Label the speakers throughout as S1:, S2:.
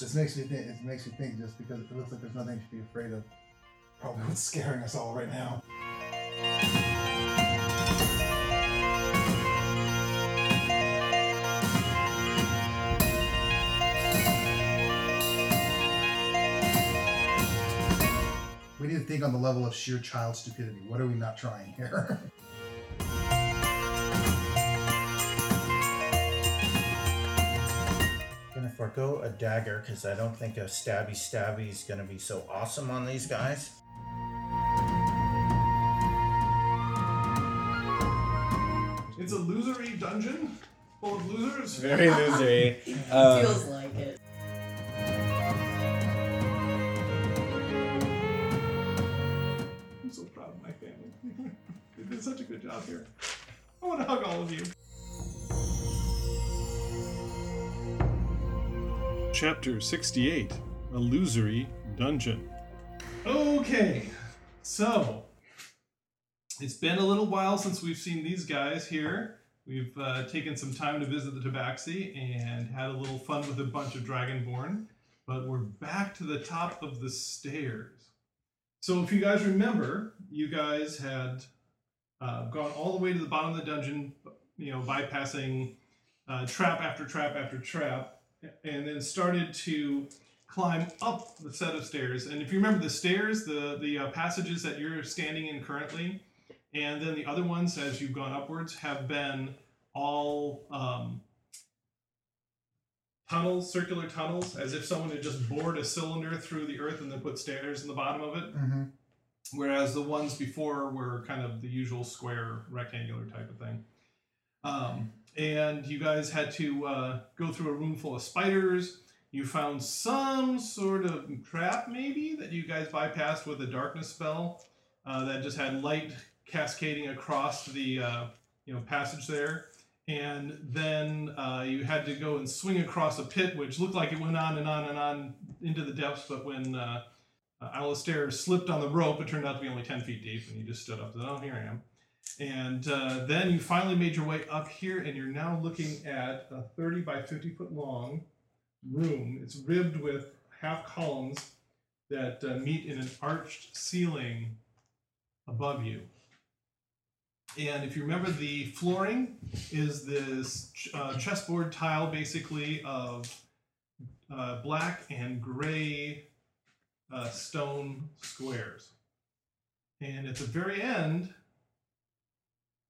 S1: This makes me think. It makes me think just because it looks like there's nothing to be afraid of. Probably what's scaring us all right now. We need to think on the level of sheer child stupidity. What are we not trying here?
S2: gonna forego a dagger because I don't think a stabby stabby is gonna be so awesome on these guys.
S3: It's a losery dungeon full of losers.
S4: Very losery. Uh,
S5: Feels like it.
S3: I'm so proud of my family. they did such a good job here. I want to hug all of you.
S6: Chapter 68 Illusory Dungeon.
S3: Okay, so it's been a little while since we've seen these guys here. We've uh, taken some time to visit the Tabaxi and had a little fun with a bunch of Dragonborn, but we're back to the top of the stairs. So, if you guys remember, you guys had uh, gone all the way to the bottom of the dungeon, you know, bypassing uh, trap after trap after trap, and then started to climb up the set of stairs. And if you remember the stairs, the the uh, passages that you're standing in currently, and then the other ones as you've gone upwards have been all um, tunnels, circular tunnels, as if someone had just bored a cylinder through the earth and then put stairs in the bottom of it.
S1: mm-hmm.
S3: Whereas the ones before were kind of the usual square, rectangular type of thing. Um, and you guys had to uh, go through a room full of spiders. You found some sort of trap, maybe, that you guys bypassed with a darkness spell uh, that just had light cascading across the uh, you know passage there. And then uh, you had to go and swing across a pit, which looked like it went on and on and on into the depths. But when uh, uh, Alistair slipped on the rope, it turned out to be only 10 feet deep, and you just stood up and said, Oh, here I am. And uh, then you finally made your way up here, and you're now looking at a 30 by 50 foot long room. It's ribbed with half columns that uh, meet in an arched ceiling above you. And if you remember, the flooring is this ch- uh, chessboard tile basically of uh, black and gray uh, stone squares. And at the very end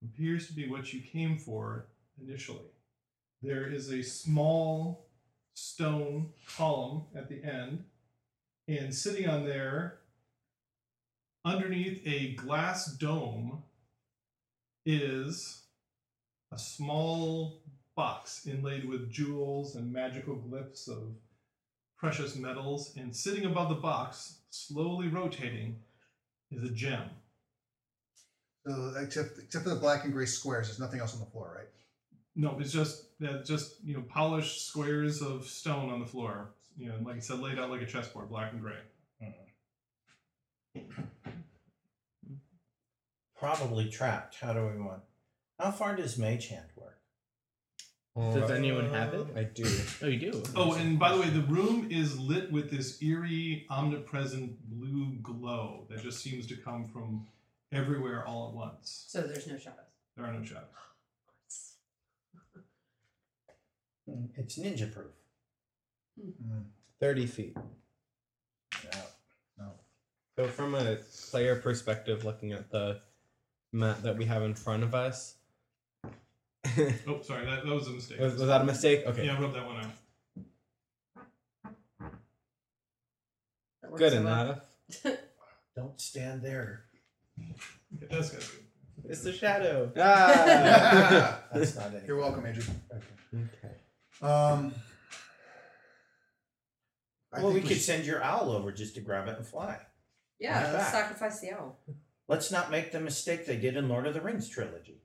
S3: appears to be what you came for initially. There is a small stone column at the end, and sitting on there, underneath a glass dome, is a small box inlaid with jewels and magical glyphs of precious metals, and sitting above the box, slowly rotating, is a gem.
S1: So except except for the black and gray squares, there's nothing else on the floor, right?
S3: No, it's just that just you know polished squares of stone on the floor. You know, like I said, laid out like a chessboard, black and gray.
S2: Probably trapped. How do we want? How far does mage hand work?
S5: Does anyone have it?
S4: I do.
S5: Oh, you do.
S3: Oh, and by the way, the room is lit with this eerie, omnipresent blue glow that just seems to come from everywhere all at once.
S7: So there's no shadows.
S3: There are no shadows.
S2: It's ninja proof.
S1: Mm.
S4: 30 feet.
S1: No.
S4: So, from a player perspective, looking at the map that we have in front of us, was,
S3: Oh, sorry, that, that was a mistake.
S4: was that a mistake? Okay.
S3: Yeah, I wrote that one out.
S7: That works
S4: Good
S7: so well.
S4: enough.
S2: Don't stand there.
S3: Okay, that's good.
S4: It's the shadow.
S1: Ah!
S2: That's not it.
S1: You're welcome, Andrew. Okay.
S4: okay.
S1: Um. I
S2: Well, we
S1: think
S2: could
S1: should-
S2: send your owl over just to grab it and fly.
S7: Yeah,
S2: Yeah.
S7: let's sacrifice the owl.
S2: Let's not make the mistake they did in Lord of the Rings trilogy.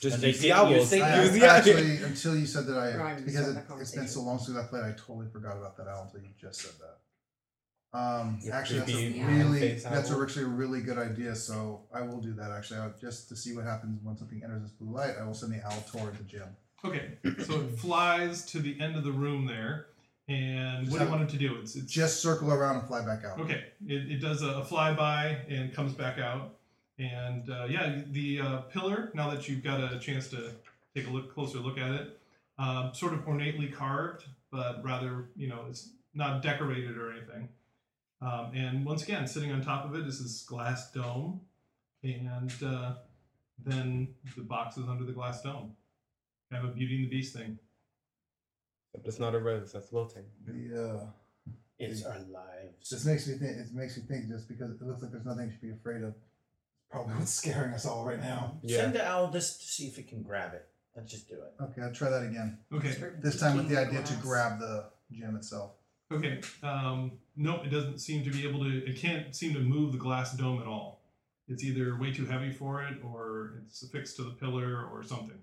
S4: Just
S2: And they
S4: use the
S2: think- you
S4: owls.
S2: think-
S1: I,
S4: Use the owls.
S1: actually, until you said that, I
S7: Right, we
S1: because
S7: started
S1: it,
S7: that
S1: it's been so
S7: conversation.
S1: long since I played, I totally forgot about that owl until you just said that. Um,
S4: Yeah,
S1: actually, that's
S4: creepy
S1: a
S7: Yeah.
S1: really
S4: face
S1: that's a
S4: owl.
S1: actually a really good idea. So I will do that actually, I'll, just to see what happens when something enters this blue light. I will send the owl toward the gym.
S3: Okay, so it flies to the end of the room there, And
S1: Just
S3: what do you
S1: have-
S3: want it to do? It's, it's
S1: Just circle around and fly back out.
S3: Okay, it, it does a, a flyby and comes back out. And uh, yeah, the uh, pillar, now that you've got a chance to take a look closer look at it, um, sort of ornately carved, but rather, you know, it's not decorated or anything. Um, and once again, sitting on top of it is this glass dome, and uh, then the boxes under the glass dome. Kind of a Beauty and the Beast thing.
S4: Except it's not a rose, that's wilting.
S1: The, uh,
S2: It's our lives.
S1: this makes me think. It makes me think just because it looks like there's nothing you should be afraid of. Probably what's scaring us all right now.
S2: Send the owl just to see if it can grab it. Let's just do it.
S1: Okay, I'll try that again.
S3: Okay,
S1: This time with the idea to grab the gem itself.
S3: Okay. Um, nope, it doesn't seem to be able to. It can't seem to move the glass dome at all. It's either way too heavy for it, or it's affixed to the pillar, or something.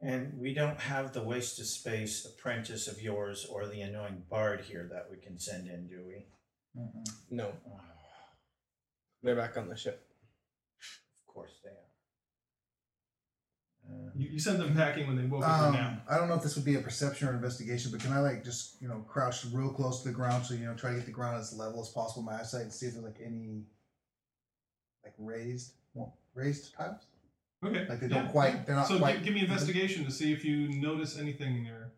S2: And we don't have the waste of space apprentice of yours or the annoying bard here that we can send in, do we?
S1: Mm-mm.
S4: No,
S2: Oh,
S4: they're back on the ship.
S2: of course they are. Uh,
S3: You, you send them packing when they woke up from
S1: Um,
S3: nap.
S1: I don't know if this would be a perception or investigation, but can I like just you know crouch real close to the ground so you know try to get the ground as level as possible with my eyesight and see if there's like any like raised well, raised tiles?
S3: Okay.
S1: Like they
S3: yeah,
S1: don't quite-
S3: yeah.
S1: they're not
S3: so
S1: quite-
S3: Give, give me investigation to see if you notice anything there.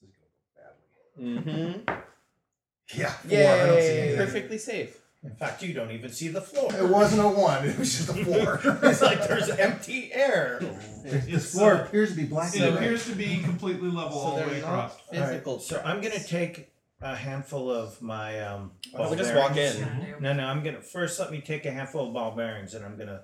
S1: This is gonna go
S2: Uh,
S4: Mm-hmm.
S1: badly. Yeah, four. I don't see
S4: Yay!
S1: anything.
S4: Perfectly safe.
S2: In fact, you don't even see the floor.
S1: It wasn't a one. It was just a four.
S2: it's like there's empty air.
S1: this
S3: It's,
S1: floor
S3: uh,
S1: appears to be black.
S3: It
S1: and gray.
S3: appears to be completely level all the way across.
S5: physical.
S2: So I'm gonna take a handful of my um.
S4: Why don't
S2: ball
S4: we just walk
S2: bearings.
S4: in?
S2: No, no. I'm gonna first let me take a handful of ball bearings and I'm gonna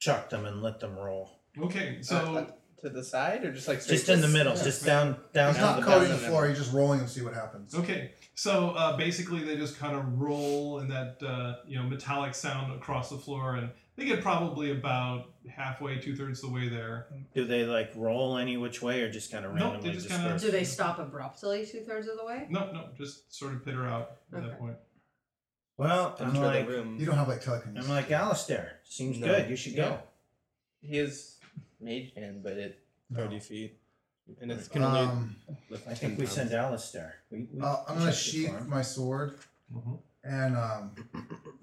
S2: chuck them and let them roll.
S3: Okay.
S1: Uh,
S3: So
S5: to the side or just like
S2: Just in the middle, just down, down
S1: It's
S2: to
S1: not
S2: the
S1: coating
S2: bottom.
S1: the floor. You're just rolling and see what happens.
S3: Okay, so uh, basically they just kind of roll in that uh, you know metallic sound across the floor, and they get probably about halfway, two thirds the way there.
S2: Do they like roll any which way or just kind of
S3: Nope, they
S2: randomly?
S3: just kinda-
S2: disperse?
S7: Do they stop abruptly two thirds of the way?
S3: Nope, nope, just sort of pitter out at
S7: Okay.
S3: that point.
S2: Well, I'm
S4: Enter
S2: like,
S4: the room.
S1: You don't have like telekinesis.
S2: I'm like Alistair. Seems
S4: No.
S2: good. You should go.
S5: Yeah. He is mage hand, but it
S1: No.
S4: 30 feet. And it's going to
S1: Um,
S4: lift
S2: I think
S4: 10
S2: we
S4: pounds.
S2: send Alistair. We, we
S1: uh, I'm gonna
S2: checked it
S1: sheath
S2: for him.
S1: my sword
S3: Mhm.
S1: and um,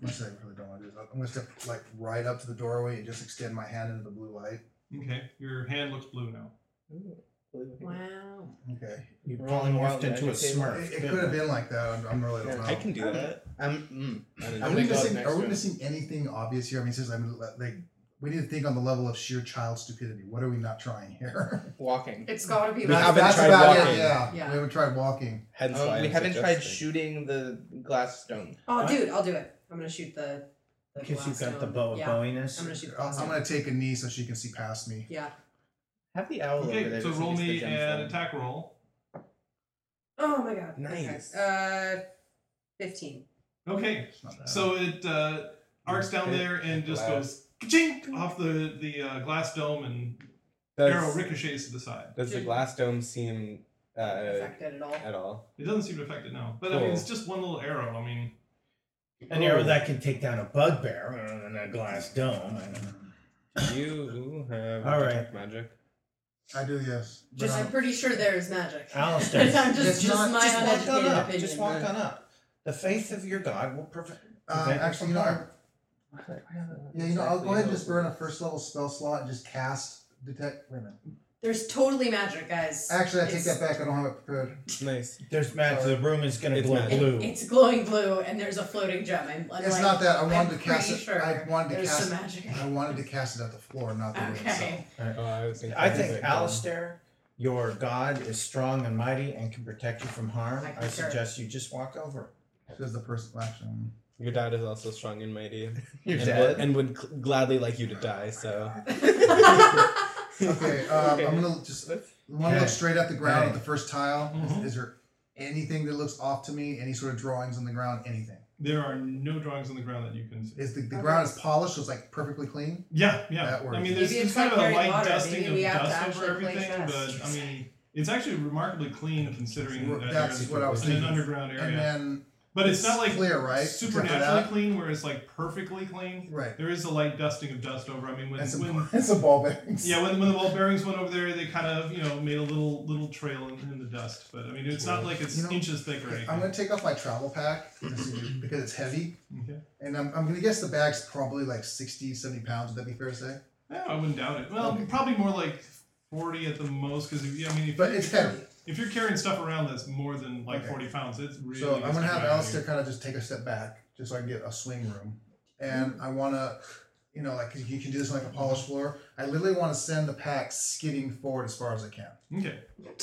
S1: which I really don't want to do. I'm gonna step like right up to the doorway and just extend my hand into the blue light.
S3: Okay, your hand looks blue now.
S5: Ooh,
S7: Wow.
S1: Okay.
S2: You
S5: Rolling
S2: polymorphed
S5: wild
S2: into a
S5: magic table.
S2: smurf.
S1: It, it could have been like that. I'm, I'm really don't know.
S4: I can do that.
S5: I'm
S4: I don't know.
S1: Are
S4: I'm
S1: we
S4: gonna go up
S1: missing?
S4: next
S1: Are we
S4: room.
S1: missing anything obvious here? I mean, seriously, I mean, like we need to think on the level of sheer child stupidity. What are we not trying here?
S4: Walking.
S7: It's gotta be
S4: We
S7: that.
S4: haven't
S1: That's
S4: tried
S1: about it,
S4: walking.
S1: Yeah.
S7: Yeah.
S1: we haven't tried walking.
S4: Hence
S5: Um,
S4: why
S5: we
S4: I'm
S5: haven't tried
S4: suggesting.
S5: shooting the glass stone.
S7: Oh, dude, I'll do it. I'm gonna shoot the. the
S2: Because you've
S7: glass
S2: got the
S7: dome.
S2: bow of
S7: Yeah.
S2: bowiness.
S7: I'm gonna shoot. the
S1: I'm
S7: glass
S1: I'm
S7: dome.
S1: gonna take a knee so she can see past me.
S7: Yeah.
S5: Have the
S1: Oh,
S5: owl over
S3: Okay,
S5: there.
S3: so
S5: just in
S3: roll
S5: case the
S3: me
S5: gem's
S3: an
S5: falling.
S3: attack roll.
S7: Oh my god.
S4: Nice.
S7: Okay. Uh, fifteen.
S3: Okay,
S1: It's not bad.
S3: so it uh, arcs down there and just goes ka-chink off the the uh, glass dome, and arrow
S4: Does,
S3: ricochets to the side.
S4: does the glass dome seem uh,
S7: affected at all.
S4: at all?
S3: It doesn't seem to affect it now, but I mean
S4: Cool.
S3: it's just one little arrow. I mean,
S2: An arrow that can take down a bugbear and a glass dome.
S4: You have
S2: All
S4: detect magic.
S1: I do yes. but
S7: Just,
S1: I'm-
S7: I'm pretty sure there is magic.
S2: Alistair.
S7: I'm
S1: It's
S7: just, just
S1: not-
S7: my
S2: just walk on
S7: uneducated
S2: up.
S7: opinion.
S2: Just walk
S7: but-
S2: on up. The faith of your God will prevent. uh,
S1: Um,
S2: prevent
S1: actually, you
S2: you
S1: know,
S2: from
S1: I,
S2: harm.
S1: yeah, you know, I'll go ahead and
S4: Exactly.
S1: just burn a first level spell slot and just cast detect. Wait a minute.
S7: There's totally magic, guys.
S1: Actually, I take
S7: It's-
S1: that back. I don't have it prepared.
S4: Nice.
S2: There's magic. The room is going to
S4: It's
S2: glow
S4: magic.
S2: blue.
S7: It's glowing blue, and there's a floating gem. I'm, I'm
S1: it's
S7: like,
S1: not that I wanted
S7: I'm
S1: to cast
S7: pretty
S1: it.
S7: Sure
S1: I wanted to
S7: there's
S1: cast.
S7: some magic.
S1: I wanted to cast it at the floor, not the room itself.
S7: Okay.
S4: Oh, I was thinking
S2: I
S4: of it,
S2: think,
S4: um,
S2: Alistair, your God is strong and mighty and can protect you from harm.
S7: I
S2: I
S7: concur.
S2: suggest you just walk over.
S1: Says the person. Action.
S4: Your dad is also strong and mighty.
S2: Your
S4: and
S2: dad?
S4: Would, and would cl- gladly like you to die, so.
S1: Okay, um, I'm gonna just want to
S2: Okay.
S1: look straight at the ground
S2: Okay.
S1: at the first tile. Is-
S3: Mhm.
S1: Is, there anything that looks off to me? Any sort of drawings on the ground? Anything?
S3: there are no drawings on the ground that you can see.
S1: Is the, the
S7: Okay.
S1: ground is polished, so it's like perfectly clean?
S3: Yeah, yeah.
S1: That works.
S3: I mean, there's,
S7: Maybe
S3: there's
S7: it's
S3: kind
S7: like
S3: of a
S7: Harry
S3: light
S7: Potter.
S3: dusting
S7: Maybe we
S3: of
S7: have to
S3: dust over
S7: actually play
S3: everything,
S7: chess.
S3: but I mean, it's actually remarkably clean considering that
S1: That's
S3: you're in-
S1: what I was
S3: in an
S1: thinking.
S3: underground area.
S1: And then
S3: But it's, not like
S1: clear, right? Drip it
S3: supernaturally
S1: out.
S3: clean, where it's like perfectly clean.
S1: Right.
S3: There is a light dusting of dust over. I mean, when,
S1: And some,
S3: when
S1: and some ball bearings.
S3: yeah, when, when the ball bearings went over there, they kind of you know made a little little trail in, in the dust. But I mean, it's not like it's
S1: You know,
S3: inches thick or
S1: Okay,
S3: anything.
S1: I'm gonna take off my travel pack because it's heavy,
S3: Okay.
S1: and I'm, I'm gonna guess the bag's probably like 60, 70 pounds. Would that be fair to say?
S3: No, I wouldn't doubt it. Well,
S1: Okay.
S3: probably more like forty at the most, because if you, I mean, if,
S1: But it's heavy,
S3: if you're carrying stuff around that's more than like
S1: Okay.
S3: forty pounds, it's really.
S1: so I'm
S3: gets
S1: gonna have
S3: dragging.
S1: Alistair kind of just take a step back, just so I can get a swing room, and I wanna, you know, like you can do this on like a polished floor. I literally want to send the pack skidding forward as far as I can.
S3: Okay.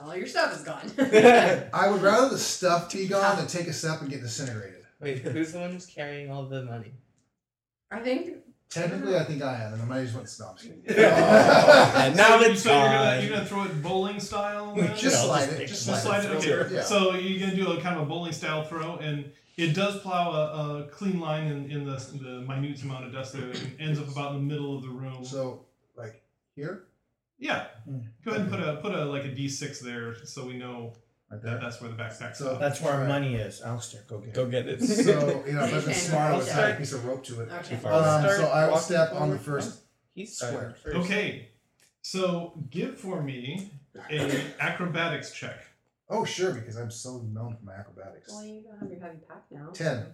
S7: All your stuff is gone.
S1: I would rather the stuff be gone than take a step and get disintegrated.
S5: Wait, who's the one who's carrying all the money?
S7: I think
S1: Technically, I think I am, and I might just went snob.
S4: And now
S3: so,
S4: it's
S3: so you're gonna
S4: gone.
S3: you're gonna throw it bowling style. then?
S1: Just
S4: I'll
S1: slide
S4: just
S1: it.
S4: take
S1: Just
S3: Just slide it. Okay.
S1: Yeah.
S3: So you're gonna do a kind of a bowling style throw, and it does plow a, a clean line in, in the the minute amount of dust there, and ends up about in the middle of the room.
S1: So, mm. like here,
S3: yeah. Go ahead and put a put a like a d6 there, so we know
S1: right
S3: that
S1: there.
S3: that's where the backpack's
S1: So-
S3: at.
S2: That's where our
S1: Right.
S2: money is. Alistair, go get
S4: Go
S2: it.
S4: get it.
S1: So you know, if I've been
S7: Okay.
S1: smart, I would
S7: Okay.
S1: tie a piece of rope to it.
S7: okay.
S4: far.
S1: Um,
S5: Start
S1: so I will
S5: walking
S1: step on the
S5: forward.
S1: first
S5: He's
S1: square.
S3: Okay. So give for me a acrobatics check.
S1: Oh sure, because I'm so known for my acrobatics.
S8: Oh,
S7: Well, you don't have your heavy pack now.
S1: Ten.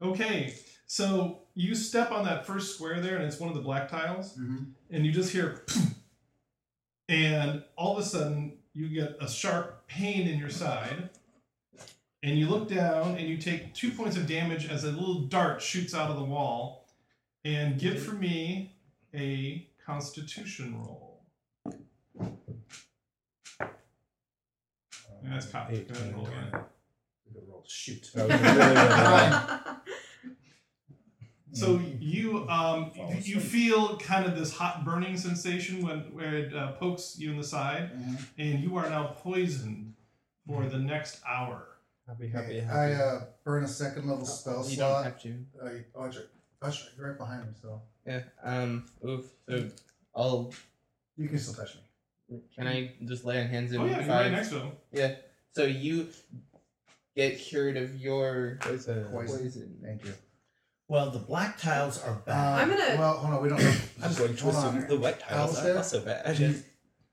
S3: Okay. So you step on that first square there, and it's one of the black tiles.
S4: Mm-hmm.
S1: Mhm.
S3: and you just hear and all of a sudden you get a sharp pain in your side and you look down and you take two points of damage as a little dart shoots out of the wall and give for me a constitution roll Yeah, that's copy.
S4: Eight,
S3: Go ahead and roll
S4: nine,
S3: again.
S4: ten.
S1: Good roll. Shoot.
S4: That was a really good roll.
S3: So
S4: Mm-hmm.
S3: you um,
S2: Mm-hmm. Fall
S3: you
S2: asleep.
S3: feel kind of this hot burning sensation when where it uh, pokes you in the side,
S4: Mm-hmm.
S1: Mhm.
S3: and you are now poisoned
S2: Mm-hmm.
S3: for the next hour.
S4: Happy, happy,
S1: Okay,
S4: happy. Oh,
S1: I uh, burn a second level spell
S5: you don't
S1: slot.
S5: have to.
S1: I, Audrey, Usher, you're right behind me, so
S5: Yeah. Um. Oof. So I'll.
S1: you can still touch me.
S5: Can I just lay on hands and
S3: Oh yeah, you're right
S5: five?
S3: next to him.
S5: yeah. So you get cured of your
S4: Poison.
S1: Poison.
S5: poison.
S1: Thank you.
S2: Well, the black tiles are
S1: Uh,
S2: back.
S7: I'm gonna-
S1: Well, hold on. We don't know.
S4: I'm going to
S1: hold on.
S4: assume the wet tiles
S1: Alistair?
S4: are also bad.
S1: Do you-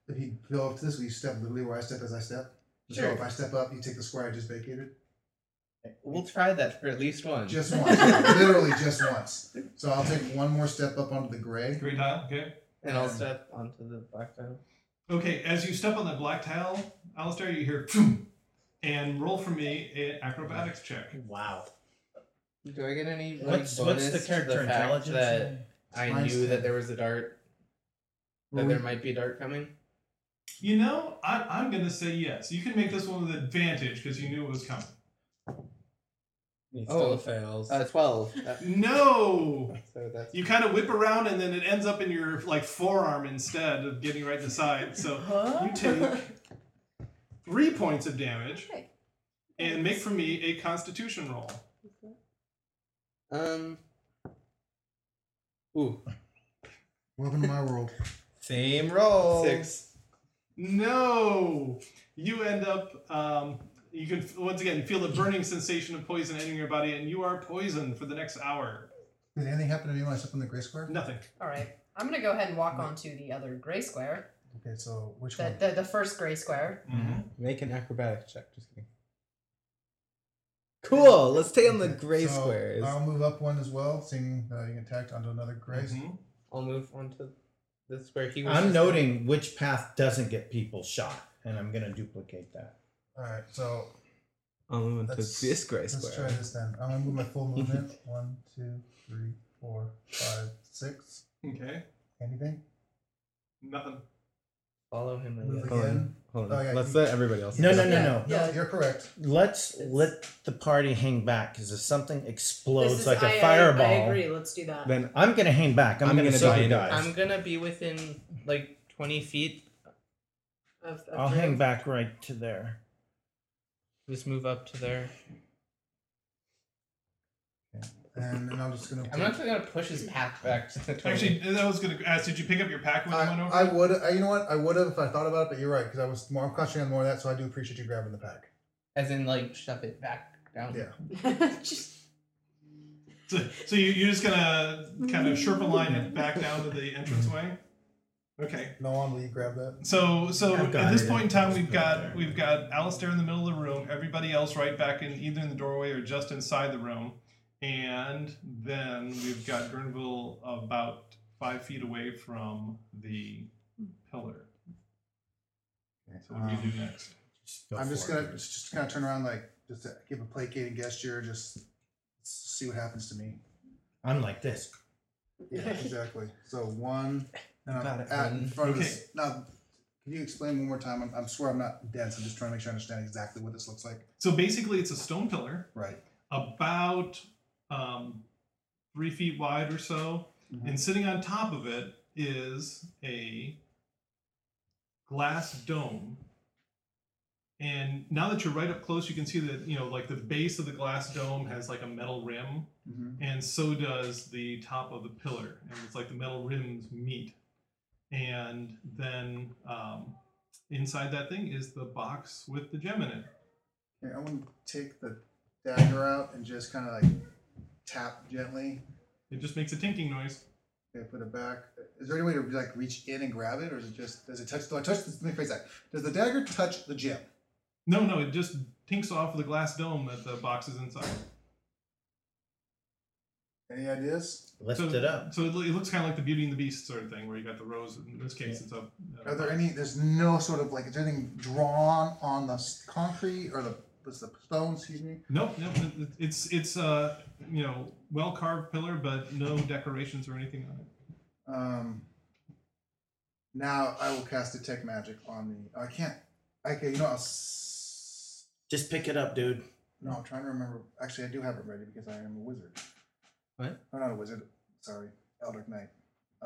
S1: If you go up to this, will you step literally where I step as I step? So
S5: Sure.
S1: if I step up, you take the square I just vacated?
S5: We'll try that for at least one.
S1: Just once. literally just once. So I'll take one more step up onto the gray.
S3: Great tile. Okay.
S5: and I'll step onto the black tile.
S3: Okay. As you step on that black tile, Alistair, you hear "Phoom," and roll for me an acrobatics check.
S2: Wow.
S5: Do I get any like,
S2: What's what's the
S5: bonus to
S2: character
S5: fact
S2: intelligence?
S5: that I
S1: Minus
S5: knew
S1: ten.
S5: that there was a dart? That there might be a dart coming.
S3: You know, I, I'm gonna say yes. You can make this one with advantage because you knew it was coming.
S4: He still
S5: Oh.
S4: fails.
S5: Uh, twelve. That-
S3: No.
S5: so that's
S3: You kind of whip around and then it ends up in your like forearm instead of getting right in the side. So
S7: Huh?
S3: you take three points of damage
S7: Okay.
S3: and make for me a Constitution roll.
S5: um. Ooh,
S1: Welcome to my world.
S4: Same
S1: oh.
S4: roll.
S5: six.
S3: No, you end up. Um, you can once again feel the burning sensation of poison entering your body, and you are poisoned for the next hour.
S1: Did anything happen to me when I stepped on the gray square?
S3: Nothing.
S9: All right. I'm going to go ahead and walk onto the other gray square,
S1: Okay, so which
S9: the,
S1: one?
S9: the, the first gray square.
S1: Mm-hmm.
S4: Make an acrobatic check. Just kidding. Cool. Let's stay on the
S1: Okay,
S4: gray
S1: so um,
S4: squares.
S1: I'll move up one as well, seeing that you can attack onto another gray.
S3: Mhm.
S5: I'll move on to this where he was.
S2: I'm
S5: just-
S2: noting which path doesn't get people shot, and I'm gonna duplicate that.
S1: All right, so
S4: I'll move on to
S1: let's-
S4: this gray
S1: let's
S4: square.
S1: try this then. I'm gonna move my full movement. one, two, three, four, five, six.
S3: Mm-hmm. Okay.
S1: Anything?
S3: Nothing.
S5: Follow him. I
S1: Move
S5: guess.
S4: Hold
S1: again.
S4: on. Hold on.
S1: Oh, yeah,
S4: Let's
S1: you-
S4: let everybody else.
S2: No, no, no,
S9: Yeah.
S2: no.
S1: No,
S9: Yeah.
S1: you're correct.
S2: Let's let the party hang back because if something explodes
S7: This is-
S2: like a
S7: I- I-
S2: fireball,
S7: I agree. Let's do that.
S4: Then
S2: I'm gonna hang back. I'm,
S4: I'm
S2: gonna,
S4: gonna
S2: solo
S4: die in-
S2: dive.
S5: I'm gonna be within like twenty feet.
S7: Of- of
S2: I'll
S7: Drew.
S2: hang back right to there.
S5: Just move up to there.
S1: And then I'm just gonna.
S5: I'm actually gonna push his pack back to the 20.
S3: Actually, I was gonna ask. Did you pick up your pack when you went
S1: I,
S3: over?
S1: I would. I, you know what? I would have if I thought about it, but you're right because I was more. I'm concentrating on more of that, so I do appreciate you grabbing the pack.
S5: as in like shove it back down.
S1: Yeah.
S7: Just-
S3: So, so you, you're just gonna kind of sherpa line it back down to the entranceway. Okay.
S1: No one will you grab that?
S3: So so
S2: I've got
S3: at this
S2: it.
S3: point in time, we've
S2: Put it
S3: got
S2: there.
S3: we've got Alistair in the middle of the room. Everybody else right back in either in the doorway or just inside the room, and then we've got Gurnville about five feet away from the pillar. So what do you do
S2: um,
S3: next?
S2: Go
S1: I'm just
S2: for it.
S1: gonna just, just kind of turn around, like just to give a placating gesture, just see what happens to me.
S2: I'm like this.
S1: Yeah, exactly. So one, and I'm
S4: Got it,
S1: at
S4: one.
S1: in front of
S3: Okay.
S1: this. Now, can you explain one more time? I'm, I'm swear I'm not dense. I'm just trying to make sure I understand exactly what this looks like.
S3: So basically, it's a stone pillar
S1: Right.
S3: about um, three feet wide or so,
S1: Mhm.
S3: and sitting on top of it is a glass dome. And now that you're right up close, you can see that you know, like the base of the glass dome has like a metal rim,
S1: Mm-hmm.
S3: and so does the top of the pillar, and it's like the metal rims meet. And then um, inside that thing is the box with the gem in it.
S1: Okay, I want to take the dagger out and just kind of like tap gently.
S3: It just makes a tinking noise.
S1: Okay, put it back. Is there any way to like reach in and grab it, or is it just does it touch? Do I touch? Let me phrase that. Does the dagger touch the gem?
S3: No, no, it just tinks off the glass dome that the box is inside.
S1: Any ideas?
S2: Lift it up.
S3: So it, lo- it looks kind of like the Beauty and the Beast sort of thing, where you got the rose. In this case, it's uh, up.
S1: Are there any? There's no sort of like is there anything drawn on the s- concrete or the what's the stone? Excuse me.
S3: Nope, nope. it- it- It's it's uh you know well carved pillar, but no decorations or anything on it.
S1: Um, now I will cast detect magic on the. oh, I can't. Okay, you know. I'll, s-
S2: Just pick it up, dude.
S1: no, I'm trying to remember. Actually, I do have it ready because I am a wizard.
S4: What?
S1: I'm not a wizard. Sorry, Eldritch Knight.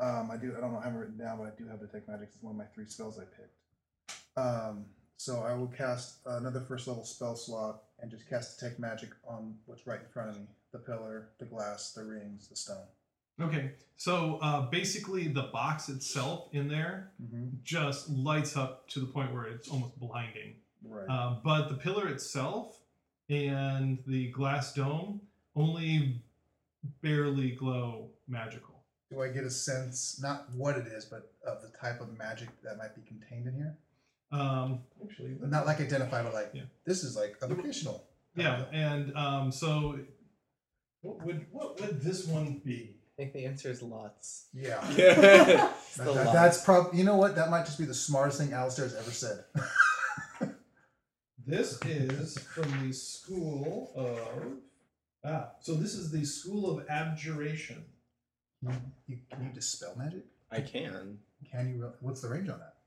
S1: Um, I do. I don't know. I haven't written down, but I do have detect magic. It's one of my three spells I picked. Um, so I will cast another first level spell slot and just cast detect magic on what's right in front of me: the pillar, the glass, the rings, the stone.
S3: Okay, so uh, basically the box itself in there
S1: Mm-hmm.
S3: just lights up to the point where it's almost blinding.
S1: Right.
S3: Uh, but the pillar itself and the glass dome only barely glow magical.
S1: Do I get a sense, not what it is, but of the type of magic that might be contained in here?
S3: Um, actually,
S1: But not like identify, but like
S3: Yeah.
S1: this is like a vocational.
S3: yeah, and um, so what would what would this one be?
S5: I think the answer is lots.
S1: Yeah.
S5: It's
S1: That-
S5: the
S1: that-
S5: lots.
S1: that's probably, you know what? That might just be the smartest thing Alistair has ever said.
S3: This is from the school of ah, so this is the school of abjuration.
S1: You, can you dispel magic?
S4: I can.
S1: Can you? Re- what's the range on that?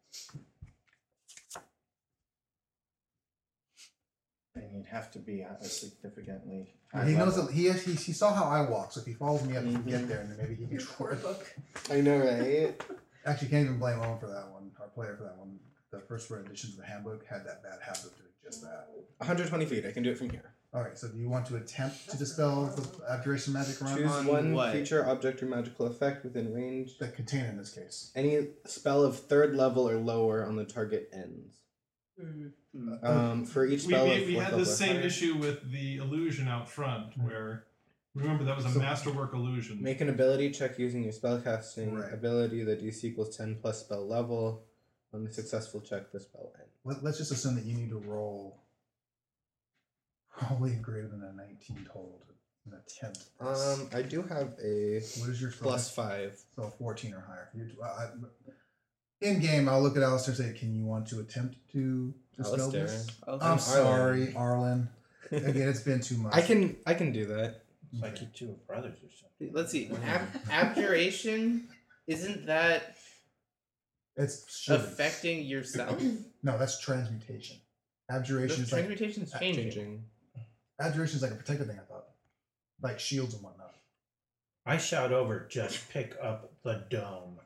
S2: And you'd have to be at a significantly.
S1: he
S2: high
S1: knows
S2: level.
S1: that he, he he saw how I walk, so if he follows me up, he can get there, and then maybe he can.
S7: Your book.
S5: I know, right?
S1: Actually, can't even blame Owen for that one. Our player for that one. The first four editions of the handbook had that bad habit of doing just that.
S4: 120 feet. I can do it from here.
S1: All right. So, do you want to attempt to dispel the abjuration magic around
S4: Choose
S1: on
S4: one
S2: what?
S4: creature, object, or magical effect within range.
S1: the container in this case?
S4: Any spell of third level or lower on the target ends.
S7: Mm.
S1: Oh. Uh,
S4: Um, for each
S3: We,
S4: spell
S3: we,
S4: of
S3: we
S4: fourth
S3: had
S4: level
S3: the
S4: or
S3: same
S4: higher,
S3: issue with the illusion out front, where remember that was a
S1: So-
S3: masterwork illusion.
S4: Make an ability check using your spellcasting
S1: Right.
S4: ability. The DC equals 10 plus spell level. On the successful check, the spell ends.
S1: Let, let's just assume that you need to roll probably greater than a 19 total to an attempt. this.
S4: Um, I do have a
S1: what is your
S4: plus five.
S1: So 14 or higher. You're, t- I, in game, I'll look at Alistair and say, "Can you want to attempt to dispel
S4: Alistair.
S1: this?"
S5: Oh,
S1: I'm
S4: Arlen.
S1: sorry, Arlen. Again, it's been too much.
S4: I can I can do that.
S2: It's like
S1: Okay.
S2: you two are brothers or something.
S5: Let's see. Ab- abjuration isn't that
S1: It's shivers.
S5: affecting yourself?
S1: No, that's transmutation. Abjuration
S5: Those
S1: is like
S5: transmutations "Ah, changing.
S4: Changing.
S1: abjuration is like a protective thing. I thought, like shields and whatnot.
S2: I shout over, just pick up the dome.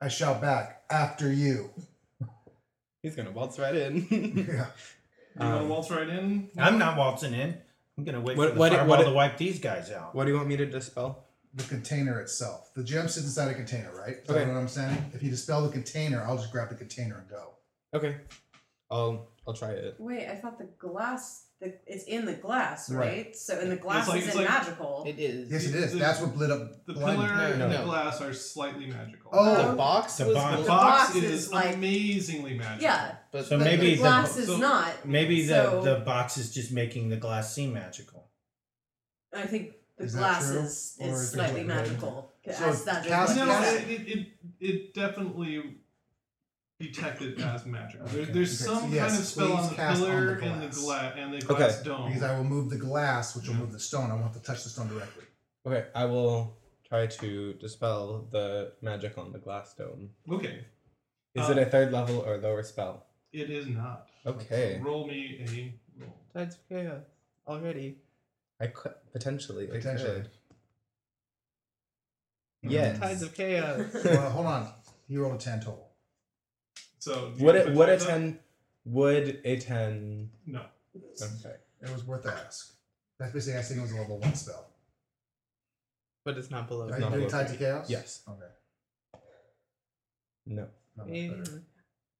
S1: I shout back after you.
S4: He's gonna waltz right in.
S1: yeah.
S3: you want to
S4: Um,
S3: waltz right in?
S2: I'm not waltzing in. I'm gonna wait
S4: What-
S2: for the
S4: what-
S2: fireball
S4: what-
S2: to wipe these guys out.
S4: what do you want me to dispel?
S1: the container itself. The gem sits inside a container, right? Is that
S4: Okay.
S1: what I'm saying? If you dispel the container, I'll just grab the container and go.
S4: Okay. I'll I'll try it.
S7: Wait, I thought the glass. The, it's in the glass, right?
S1: Right.
S7: So and the glass
S3: like- it's
S7: isn't
S3: like-
S7: magical.
S5: It is.
S1: Yes, it is.
S3: The-
S1: That's what lit up
S3: The
S1: blind.
S3: pillar
S5: No,
S3: and the
S4: no.
S3: glass are slightly magical.
S1: Oh,
S4: The box
S2: The
S4: was
S2: box.
S3: the
S7: the
S3: box,
S7: box
S3: is,
S7: is like-
S3: amazingly magical.
S7: yeah,
S5: But
S2: So
S7: but
S2: maybe
S7: the
S2: the-
S7: glass is
S3: so-
S7: not.
S2: Maybe
S7: So-
S2: the, the box is just making the glass seem magical.
S7: I think the
S1: Is that
S7: glass
S1: true?
S7: is,
S1: Or
S7: is
S1: is it
S7: slightly
S1: like-
S7: magical.
S1: So
S7: as that
S1: cast-
S7: is
S3: No,
S7: what
S1: Yeah.
S7: you said.
S3: it, it, it, it definitely detected as magical. There,
S1: Okay,
S3: there's
S1: okay,
S3: some
S1: so
S3: kind
S1: yes,
S3: of spell
S1: please
S3: on the
S1: cast on the
S3: pillar and the
S1: glass.
S3: glass and the glass
S4: Oh.
S3: dome.
S1: Because I will move the glass, which will move the stone. I won't have to touch the stone directly.
S4: Okay, I will try to dispel the magic on the glass dome.
S3: Okay,
S4: Is
S3: Uh,
S4: it a third level or lower spell?
S3: it is not.
S4: Okay.
S3: Roll me a roll.
S4: That's yeah. Already. I could potentially. I
S1: Potentially.
S4: could. Yes.
S1: Tides
S4: of chaos.
S1: well, hold on. He rolled a 10 total.
S3: So do you
S4: would
S3: have
S4: it? Would a
S3: times up?
S4: ten? Would a ten?
S3: No.
S4: Okay.
S1: It was worth the ask. That's basically asking it was a level 1 spell.
S5: But it's not below.
S1: Are
S4: not
S1: you doing
S4: worth
S1: Tides of Chaos?
S4: Yes.
S1: Okay.
S4: No.
S1: No, that's better.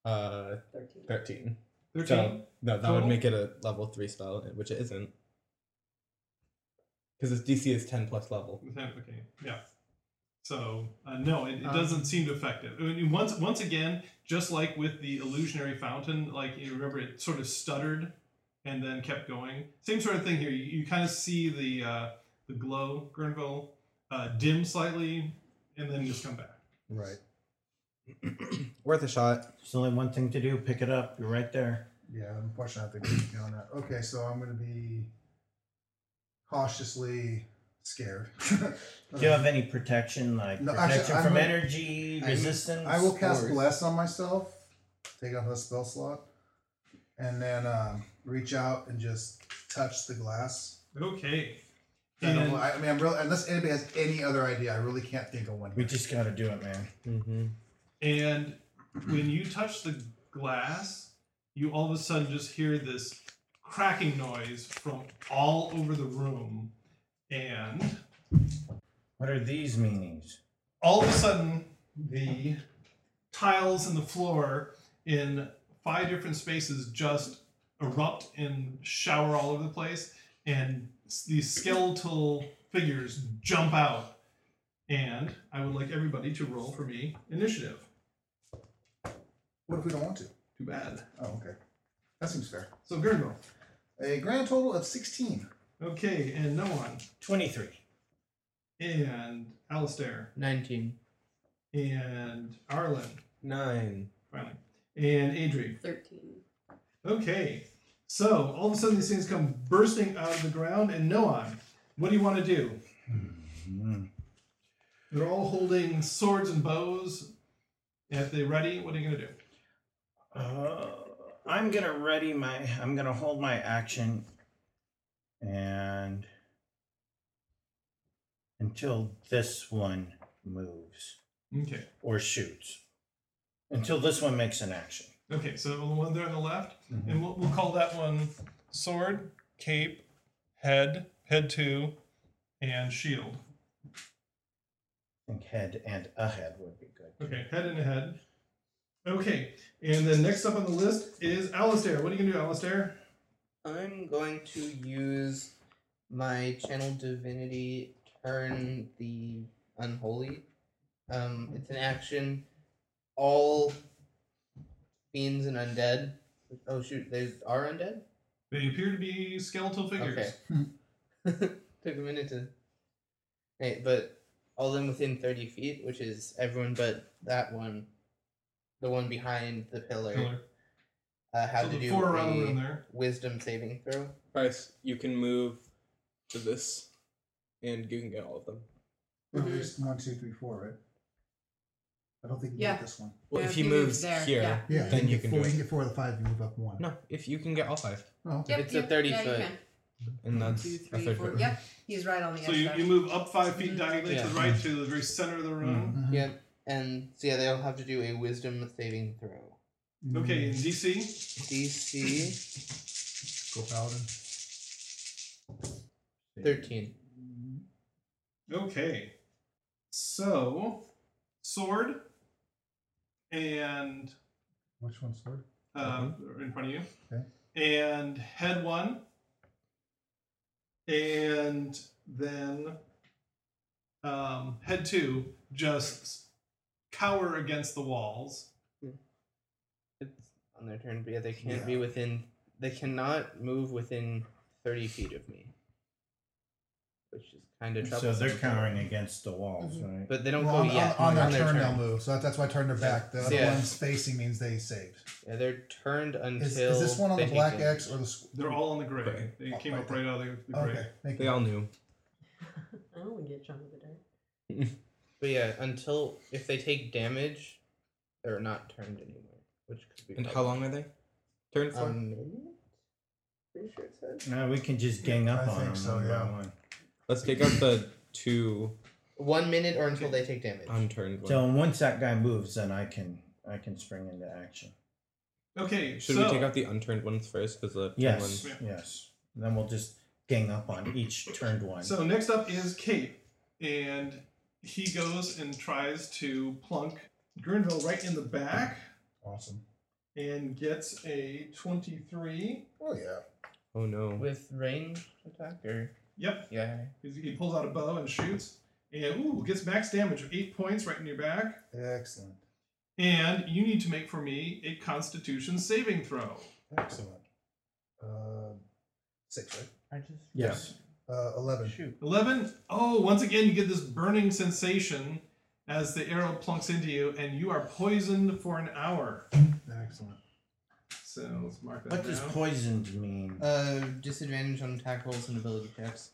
S4: Uh,
S7: 13.
S4: thirteen.
S3: Thirteen.
S4: No, that
S3: Total?
S4: would make it a level three spell, which it isn't. Because its DC is ten plus level.
S3: With him, Okay. Yeah. So uh, no, it, it
S1: Um,
S3: doesn't seem to affect it. I mean, once once again, just like with the illusionary fountain, like you remember, it sort of stuttered and then kept going. Same sort of thing here. You, you kind of see the uh, the glow, Grenville, uh, dim slightly, and then just come back.
S1: Right.
S4: Worth a shot.
S2: There's only one thing to do pick it up. You're right there.
S1: Yeah, unfortunately, I have to go on that. Okay, so I'm going to be cautiously scared.
S2: Do you have any protection, like
S1: No, actually,
S2: protection
S1: I'm
S2: from
S1: a-
S2: energy,
S1: I'm-
S2: resistance?
S1: I will cast
S5: Scores.
S1: bless on myself, take off the spell slot, and then um, reach out and just touch the glass.
S3: Okay.
S1: I, don't
S3: And-
S1: know, I I mean, I'm really, unless anybody has any other idea, I really can't think of one.
S2: We just gotta do it, man.
S4: Mm-hmm.
S3: And when you touch the glass, you all of a sudden just hear this cracking noise from all over the room. And
S2: What are these meanies?
S3: all of a sudden, the tiles and the floor in five different spaces just erupt and shower all over the place. And s- these skeletal figures jump out. And I would like everybody to roll for me initiative.
S1: What if we don't want to?
S3: Too bad.
S1: Oh, okay. That seems fair.
S3: So, Gurnville.
S1: A grand total of 16.
S3: Okay, and no one.
S2: 23.
S3: and Alistair
S5: 19.
S3: and Arlen
S4: Nine.
S3: finally and Adri.
S7: 13.
S3: Okay, so all of a sudden these things come bursting out of the ground, and Noan, what do you want to do? They're all holding swords and bows at the ready. What are you gonna do?
S2: Uh, I'm gonna ready my. I'm gonna hold my action, and until this one moves
S3: Okay,
S2: or shoots, until this one makes an action.
S3: okay. So the one there on the left, and we'll, we'll call that one sword, cape, head, head two, and shield.
S2: I think head and a head would be good.
S3: Okay, head and head. Okay, and then next up on the list is Alistair. What are you gonna do, Alistair?
S5: I'm going to use my channel divinity turn the unholy. Um, it's an action. All fiends and undead. Oh shoot, they are undead.
S3: They appear to be skeletal figures.
S5: Okay. Took a minute to. Hey, but all them within thirty feet, which is everyone but that one, the one behind the pillar,
S3: Killer.
S5: uh,
S3: So
S5: have to
S3: the
S5: do
S3: four around the room
S5: a
S3: there.
S5: wisdom saving throw.
S4: Bryce, you can move to this, and you can get all of them.
S1: At least one, two, three, four, right? I don't think you
S7: Yeah.
S1: get this one.
S4: Well,
S9: Yeah,
S4: if he moves
S9: there,
S4: here,
S9: yeah.
S1: Yeah,
S4: Then you
S1: get
S4: can
S1: four,
S4: do
S1: You
S4: it.
S1: get four of the five, you move up one.
S4: no, if you can get all five,
S1: Oh, okay.
S9: Yep,
S5: It's a
S9: yep,
S5: 30
S9: yeah, you
S5: foot.
S9: can.
S4: and that's
S9: Two,
S4: a
S9: three,
S4: third
S9: four.
S4: round.
S9: Yep, he's right on the
S3: So
S9: edge.
S3: you,
S9: there.
S3: you move up five feet
S9: Mhm.
S3: diagonally to the
S5: Yeah.
S3: right to the very center of the room.
S1: Mhm.
S5: Yeah, and so yeah, they'll have to do a wisdom saving throw. Mhm.
S3: Okay, and DC.
S5: DC
S1: Go Paladin.
S5: 13.
S3: Okay. So sword and
S1: Which one's sword?
S3: uh,
S4: Mm-hmm.
S3: in front of you.
S1: Okay.
S3: And head one. And then um, head two just cower against the walls.
S5: It's on their turn, but yeah, they can't be within. They cannot move within thirty feet of me, which is kind of
S2: So
S5: troublesome.
S2: they're countering against the walls, right?
S5: but they don't
S1: Well,
S5: go
S1: on,
S5: yet.
S1: on, on
S5: they're
S1: their turn, they'll move. So that, that's why I turned their back. The other
S5: Yeah.
S1: one's facing means they saved.
S5: Yeah, they're turned until.
S1: Is, is this one on
S5: they
S1: the black
S5: take
S1: X
S5: damage.
S1: or the? squ-
S3: They're all in the gray.
S4: Gray.
S3: They
S1: Oh,
S3: came
S1: right
S3: up right out of the, the gray.
S1: Okay, thank
S4: They
S1: you.
S4: all knew.
S8: I don't want to get drunk with the dirt.
S5: But yeah, until if they take damage, they're not turned anymore, which could be. Um,
S4: And how long are they? Turn
S9: Um,
S5: A
S4: for?
S5: minute. Pretty sure it says.
S2: No, we can just gang up
S1: I
S2: on
S1: think
S2: them
S1: so,
S2: one by
S1: yeah.
S2: one.
S4: Let's take out the two
S5: One minute or until they take damage.
S4: unturned ones.
S2: So once that guy moves, then I can I can spring into action.
S3: Okay,
S4: Should
S3: so
S4: we take out the unturned ones first? Because the turned
S2: Yes,
S4: ones.
S3: one.
S2: yes. And then we'll just gang up on each turned one.
S3: So next up is Cape, and he goes and tries to plunk Gurnville right in the back
S1: Awesome.
S3: and gets a 23.
S1: Oh yeah.
S4: Oh no.
S5: With range attack or
S3: Yep,
S5: yeah.
S3: he's- he pulls out a bow and shoots, and ooh, gets max damage of eight points right in your back.
S1: Excellent.
S3: And you need to make for me a Constitution saving throw.
S1: Excellent. Uh, six, right?
S5: I just
S2: Yes.
S1: Uh, eleven.
S5: shoot.
S3: 11. Oh, once again, you get this burning sensation as the arrow plunks into you, and you are poisoned for an hour.
S1: Excellent.
S3: So let's mark that
S2: What does
S3: down.
S2: poisoned mean?
S5: Uh, disadvantage on attack rolls and ability checks.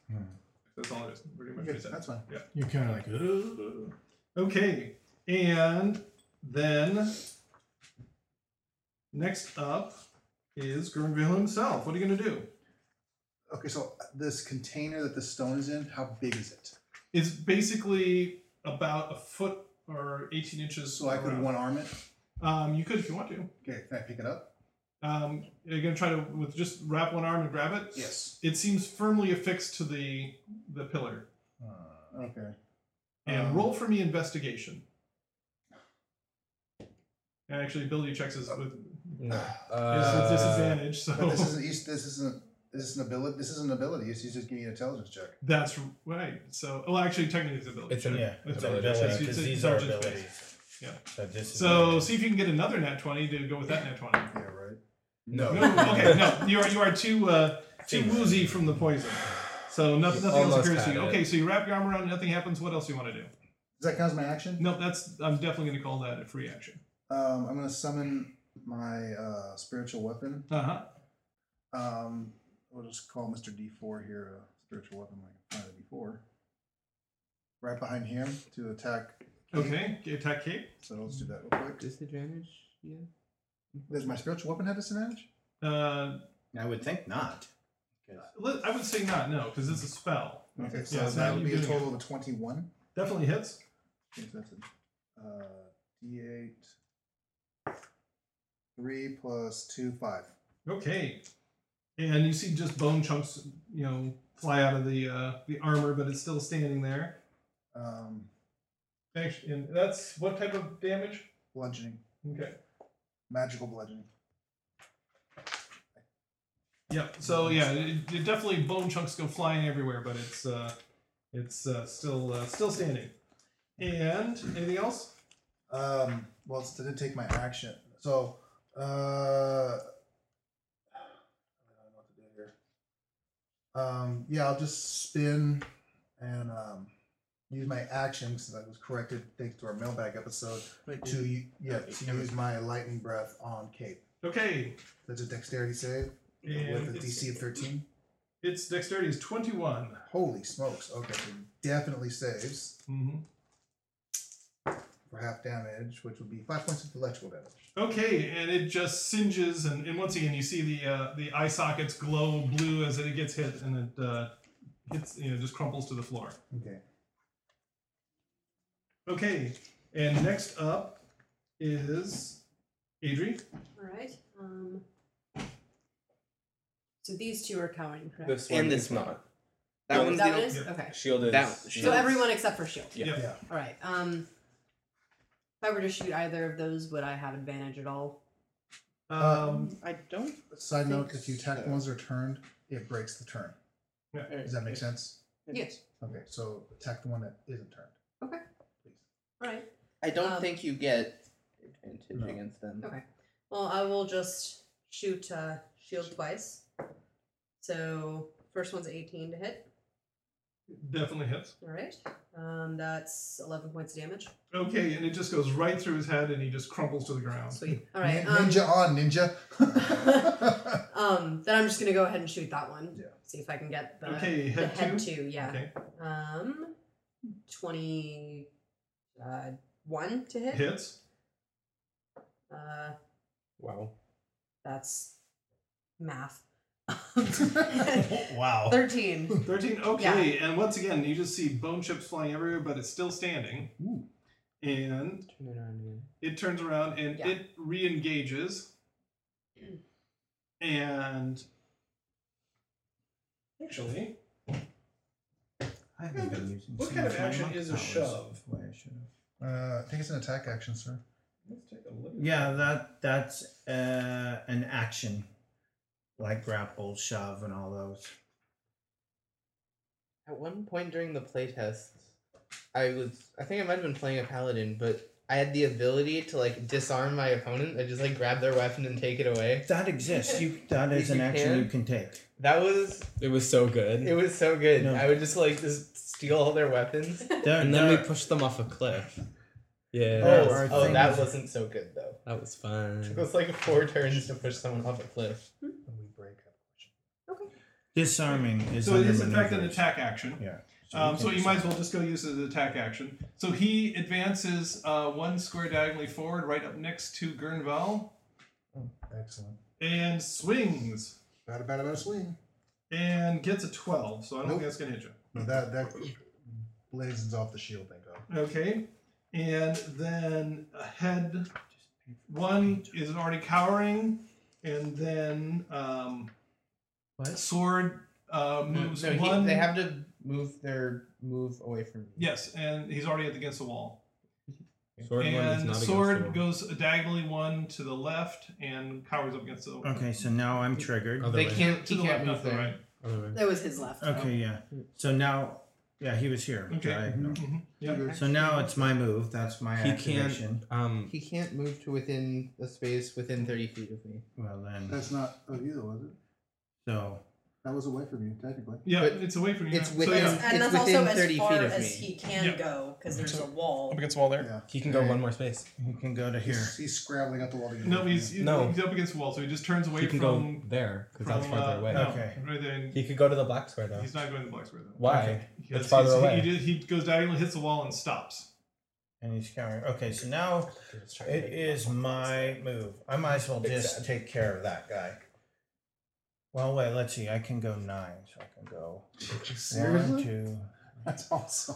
S3: That's all it is. Pretty much
S1: Okay,
S3: is that.
S1: that's fine.
S6: You're kind of like,
S3: Okay, and then next up is Grimville himself. What are you gonna do?
S1: Okay, so uh, this container that the stone is in, how big is it?
S3: It's basically about a foot or 18 inches.
S1: So I could
S3: around.
S1: one arm it.
S3: Um, you could if you want to.
S1: Okay, can I pick it up?
S3: Um, you're gonna try to with just wrap one arm and grab it.
S1: Yes.
S3: It seems firmly affixed to the the pillar.
S1: Uh, Okay.
S3: And
S1: Um,
S3: roll for me investigation. And actually, ability checks is
S1: Uh,
S3: with is
S4: No.
S3: a
S4: Uh,
S3: disadvantage. So
S1: But this isn't. This isn't. This is an ability. This is an ability. He's he's just giving you an intelligence check.
S3: That's right. So, well, actually, technically, it's ability.
S4: It's
S3: check.
S4: an-
S2: Yeah,
S3: It's
S2: it's
S3: an
S2: an
S3: ability,
S2: ability
S3: it's
S2: because
S3: an
S2: these are
S3: intelligence
S2: abilities.
S3: Yeah.
S2: So this is
S3: So, see if you can get another nat twenty to go with that nat twenty.
S1: Yeah. Right.
S4: no.
S3: No, okay, no, you are you are too uh, too woozy from the poison. So nothing, nothing else
S4: Almost
S3: occurs to you.
S4: had it.
S3: Okay, so you wrap your arm around, nothing happens. What else do you want to do?
S1: Does that count as my action?
S3: No, that's I'm definitely going to call that a free action.
S1: Um, I'm gonna summon my uh, spiritual weapon.
S3: Uh huh.
S1: Um, we'll just call Mr. D4 here a spiritual weapon like I find a D4. Right behind him to attack.
S3: Okay, attack cape.
S1: So let's do that real quick.
S5: Disadvantage. Yeah.
S1: Does my spiritual weapon have disadvantage?
S3: Uh,
S2: I would think not.
S3: let- I would say not no because it's a spell.
S1: Okay, so
S3: Yeah, so
S1: that would
S3: you
S1: be a
S3: do-
S1: total of a 21.
S3: Definitely hits.
S1: I think that's a uh, D8. 3 plus 2, 5.
S3: Okay. And you see just bone chunks, you know, fly out of the uh, the armor, but it's still standing there.
S1: Um,
S3: Actually, and that's what type of damage?
S1: bludgeoning.
S3: Okay.
S1: Magical bludgeoning.
S3: Yeah. So yeah, it, it definitely bone chunks go flying everywhere, but it's uh, it's uh, still uh, still standing. And anything else?
S1: Um, well, it didn't take my action. So, uh, I don't know what to do here. Um, yeah, I'll just spin and um, use my action because I was corrected thanks to our mailbag episode to u- yeah to use my lightning breath on Cape.
S3: Okay.
S1: That's a dexterity save with
S3: And
S1: a
S3: it's,
S1: DC of thirteen.
S3: it's dexterity is twenty one.
S1: Holy smokes! Okay, so definitely saves
S3: Mm-hmm.
S1: for half damage, which would be five points of electrical damage.
S3: Okay, and it just singes, and, and once again, you see the uh, the eye sockets glow blue as it gets hit, and it uh, hits, you know, just crumples to the floor.
S1: Okay.
S3: Okay, and next up is Adri.
S8: All right. Um, so these two are cowering, correct?
S4: This one
S5: And this
S4: is
S5: not.
S8: Oh,
S5: That one's
S8: that
S5: the
S8: one
S5: only.
S8: is?
S3: yeah.
S8: Okay.
S4: Shield is.
S5: That-
S8: So everyone except for shield.
S4: Yeah.
S3: Yep.
S1: Yeah.
S8: All right. Um, if I were to shoot either of those, would I have advantage at all?
S3: Um,
S7: I don't.
S1: Side note:
S7: Think
S1: If you attack
S7: so.
S1: ones that are turned, it breaks the turn. Does that make sense?
S8: Yes.
S1: Okay, so attack the one that isn't turned.
S8: All right.
S5: I don't
S8: Um,
S5: think you get advantage
S1: No.
S5: against them.
S8: Okay. Well, I will just shoot uh, shield twice. So first one's 18 to hit.
S3: Definitely hits.
S8: All right. Um, that's 11 points of damage.
S3: Okay, and it just goes right through his head, and he just crumples to the ground.
S8: Sweet. All right.
S1: Nin-
S8: Um,
S1: ninja on ninja.
S8: um, then I'm just gonna go ahead and shoot that one.
S1: Yeah.
S8: See if I can get the,
S3: Okay,
S8: the
S3: head,
S8: head
S3: two.
S8: two. Yeah.
S3: Okay,
S8: Um, 20, uh, one to hit.
S3: hits.
S8: Uh,
S4: Wow.
S8: that's math.
S2: Oh, Wow.
S8: 13.
S3: Thirteen. Okay, and once again, you just see bone chips flying everywhere, but it's still standing.
S1: Ooh.
S3: And
S5: Turn it on again.
S3: it turns around and
S8: Yeah.
S3: it re-engages and actually
S2: I haven't been using
S3: What
S2: some
S3: kind of
S2: my
S3: action
S2: luck
S3: is a
S2: powers
S3: shove?
S2: the way I should have.
S1: uh, I think it's an attack action, sir.
S3: let's take a look
S2: Yeah, that that's uh, an action, like grapple, shove, and all those.
S5: At one point during the playtest, I was I think I might have been playing a paladin, but I had the ability to like disarm my opponent. I just like grab their weapon and take it away.
S2: That exists. You that is
S5: You
S2: an action you can
S5: can?
S2: take.
S5: That was
S4: It was so good.
S5: it was so good.
S2: No.
S5: I would just like just steal all their weapons.
S2: There,
S4: and then
S2: there,
S4: we pushed them off a cliff. Yeah.
S2: There
S5: oh,
S2: are
S5: oh that
S2: things-
S5: wasn't so good though.
S4: That was
S5: It
S4: fun.
S5: was like four turns to push someone off a cliff.
S1: And we break up.
S2: disarming is.
S3: so it
S2: under
S3: is in fact an
S2: maneuvers.
S3: attack action
S2: Yeah.
S3: um,
S2: can
S3: so you might as
S2: disarm.
S3: well just go use it as an attack action so he advances uh, one square diagonally forward right up next to gurnval
S1: Excellent.
S3: and swings
S1: Bada bada bada swing.
S3: and gets a 12 so i don't
S1: Nope.
S3: think that's going to hit you
S1: No, that that blazes off the shield. Thank God.
S3: okay and then ahead One is already cowering, and then um, sword uh, moves
S5: no, he-
S3: one.
S5: they have to move their move away from me.
S3: yes, and he's already up against the wall.
S4: Sword one is
S3: and
S4: not
S3: sword
S4: against the wall.
S3: goes diagonally one to the left and cowers up against the.
S2: Okay, so now I'm triggered.
S4: Other
S5: They
S4: way.
S5: can't.
S3: To
S5: He
S3: the left,
S5: can't move
S3: not the
S5: there.
S3: right.
S4: Other way.
S8: That was his left. though.
S2: Okay, yeah. So now, yeah, he was here.
S3: Okay.
S2: I know.
S3: Mhm. Yep.
S2: So now it's my move. That's my
S4: He can't-
S2: activation.
S4: Um,
S5: He can't move to within a space within thirty feet of me.
S2: Well then,
S1: That's not of you, though, was it?
S2: so
S1: That was away from you, technically.
S3: Yeah,
S5: But
S3: it's away from you.
S5: it's
S3: now.
S5: within-
S3: So, yeah.
S5: It's
S8: And that's
S5: within
S8: also as
S5: 30
S8: far
S5: feet of
S8: as
S5: me.
S8: he can
S3: Yeah.
S8: go because there's a wall.
S6: Up against the wall there.
S1: Yeah.
S4: he can go one more space.
S2: he can go to here.
S1: He's, he's scrabbling at the wall to get
S3: No,
S1: away
S3: he's,
S1: from
S4: No.
S3: he's up against the wall, so he just turns away
S4: He can go
S3: from.
S4: there because
S3: from,
S4: that's farther
S3: uh,
S4: away.
S3: no,
S2: Okay.
S3: Right there. and
S4: He could go to the black square though.
S3: He's not going to the black square though.
S4: Why?
S3: Because
S4: It's farther
S3: he's-
S4: away.
S3: He, did- he goes diagonally, hits the wall, and stops.
S2: And he's countering. Okay, so now it is my move. I might as well
S5: Big
S2: just
S5: sad.
S2: take care of that guy. Well, wait, let's see. I can go nine, so I can go
S1: you.
S2: one,
S1: Seriously?
S2: two,
S1: That's awesome.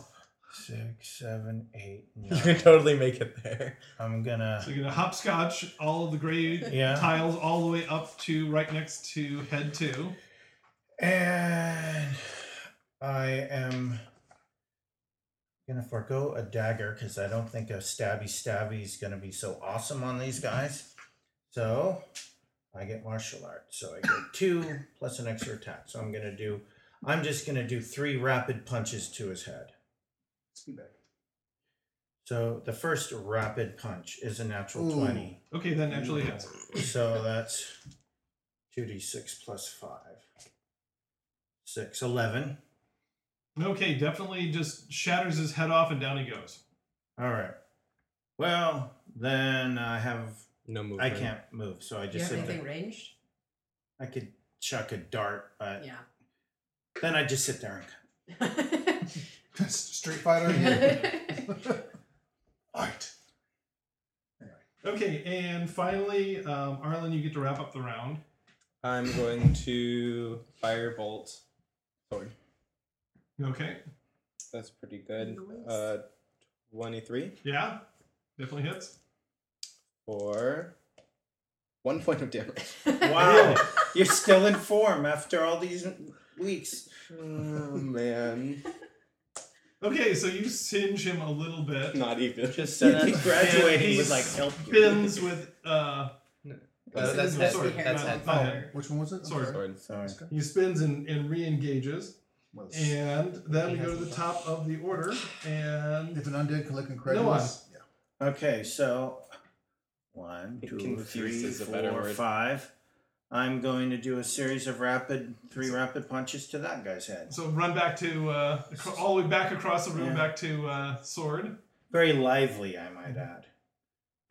S2: six, seven, eight,
S4: You can
S2: nine.
S4: totally make it there.
S2: I'm gonna.
S3: So you're gonna hopscotch all of the gray
S2: Yeah.
S3: tiles all the way up to right next to head two.
S2: And I am gonna forego a dagger because I don't think a stabby stabby is gonna be so awesome on these guys. So I get martial arts. So I get two plus an extra attack. So I'm gonna do. I'm just gonna do three rapid punches to his head.
S1: Speed back.
S2: So the first rapid punch is a natural
S1: Ooh.
S2: twenty.
S3: Okay, that naturally hits.
S2: So that's two d six plus five. Six, 11.
S3: Okay, definitely just shatters his head off and down he goes.
S2: All right. Well, then I have
S4: No move.
S2: I can't move, so I
S8: Do you
S2: just
S8: have
S2: sit
S8: anything
S2: there.
S8: ranged?
S2: I could chuck a dart, but
S8: Yeah.
S2: then I just sit there. And,
S1: Street Fighter. Art.
S3: Okay, and finally, um, Arlen, you get to wrap up the round.
S4: I'm going to firebolt sword.
S3: Okay,
S4: That's pretty good.
S8: Nice.
S4: Uh, E twenty-three
S3: yeah, definitely hits.
S4: for one point of damage.
S2: wow, you're still in form after all these weeks.
S4: Oh man,
S3: Okay, so you singe him a little bit.
S4: not even.
S2: Just said
S4: that
S2: graduating
S3: He's
S2: would like help you.
S3: Spins with uh,
S4: Uh, that's
S3: Sorry,
S4: head. That's head.
S3: my bad.
S1: Oh, Which one was it? I'm
S3: Sorry.
S1: sorry.
S4: Sword.
S2: Sorry.
S1: Okay.
S3: He spins and, and re engages.
S1: Well,
S3: And then
S5: He
S3: we go
S5: has
S3: to the
S5: a-
S3: top of the order. And
S1: If an undead can look incredulous, yeah.
S2: Okay, so one,
S4: It
S2: two,
S4: confused
S2: three,
S4: is a better
S2: four,
S4: word.
S2: five. I'm going to do a series of rapid, three rapid punches to that guy's head.
S3: so run back to, uh, acro- all the way back across the room,
S2: Yeah.
S3: back to uh, Sword.
S2: Very lively, I might add.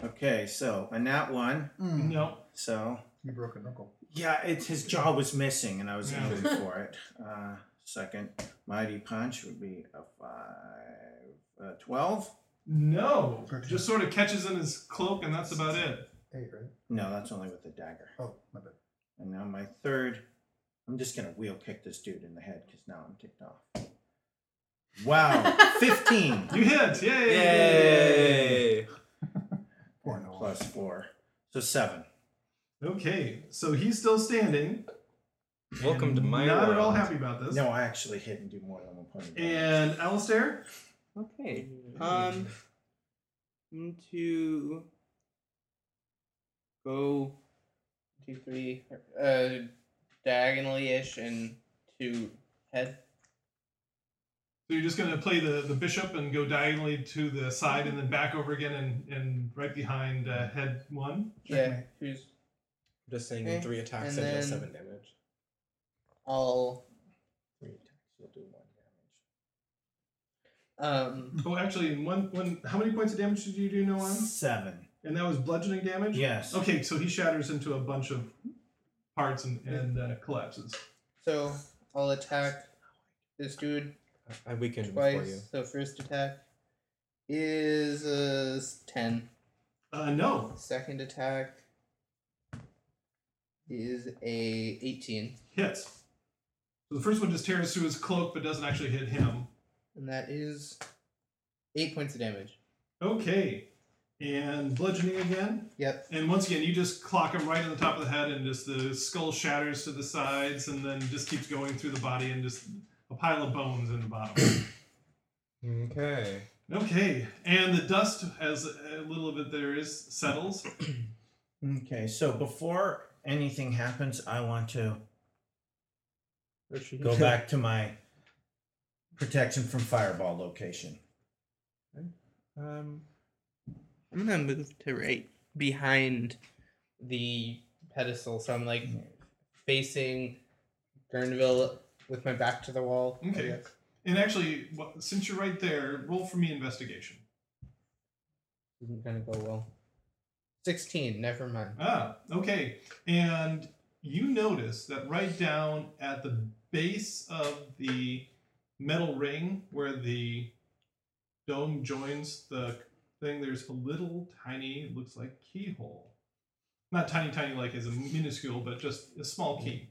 S2: Okay, so and that one,
S1: Mm,
S3: No.
S2: so
S1: You broke a knuckle.
S2: yeah, it's his jaw was missing, and I was
S3: Yeah.
S2: aiming for it. Uh, second mighty punch would be a five, a twelve.
S3: No.
S1: Thirteen.
S3: Just sort of catches in his cloak, and that's about it.
S1: Eight, right?
S2: No, that's only with the dagger.
S1: Oh, my bad.
S2: And now my third, I'm just gonna wheel kick this dude in the head because now I'm kicked off. Wow, fifteen
S3: You hit! Yay!
S4: Yay!
S1: Poor Noah.
S2: plus four, so seven.
S3: Okay, so he's still standing.
S4: Welcome to my
S3: Not at all
S4: world.
S3: happy about this.
S2: No, I actually hit and do more than one point. of damage.
S3: And Alistair?
S4: Okay.
S5: Um, I'm to go two, three, uh, diagonally ish and two head.
S3: So you're just going to play the, the bishop and go diagonally to the side and then back over again and, and right behind uh, head one.
S5: Yeah, who's
S4: just saying
S5: Okay,
S4: three attacks
S5: and
S4: and deal
S5: then-
S4: seven damage.
S5: all.
S2: Three attacks, you'll do one damage.
S5: Um,
S3: Oh, actually, in one, one, how many points of damage did you do, Noah?
S2: Seven.
S3: And that was bludgeoning damage?
S2: Yes.
S3: Okay, so he shatters into a bunch of parts and, and uh, collapses.
S5: so I'll attack this dude
S4: I, I weakened him for you.
S5: twice. So first attack is uh, s- ten.
S3: Uh, no,
S5: Second attack is a eighteen,
S3: hits. So the first one just tears through his cloak but doesn't actually hit him.
S5: and that is eight points of damage.
S3: Okay, and bludgeoning again.
S5: Yep.
S3: And once again, you just clock him right on the top of the head, and just the skull shatters to the sides, and then just keeps going through the body, and just a pile of bones in the bottom.
S4: Okay.
S3: okay, and the dust, as a little of it there is, settles.
S2: Okay, so before anything happens, I want to go back to my protection from fireball location.
S4: Um,
S5: I'm gonna move to right behind the pedestal, so I'm like facing Gurnville with my back to the wall. I
S3: Okay.
S5: guess.
S3: And actually, wha- since you're right there, roll for me investigation.
S5: Isn't gonna go well. Sixteen. Never mind.
S3: Ah, okay. And you notice that right down at the base of the metal ring where the dome joins the thing, there's a little tiny, looks like keyhole. Not tiny, tiny, like as a minuscule, but just a small key.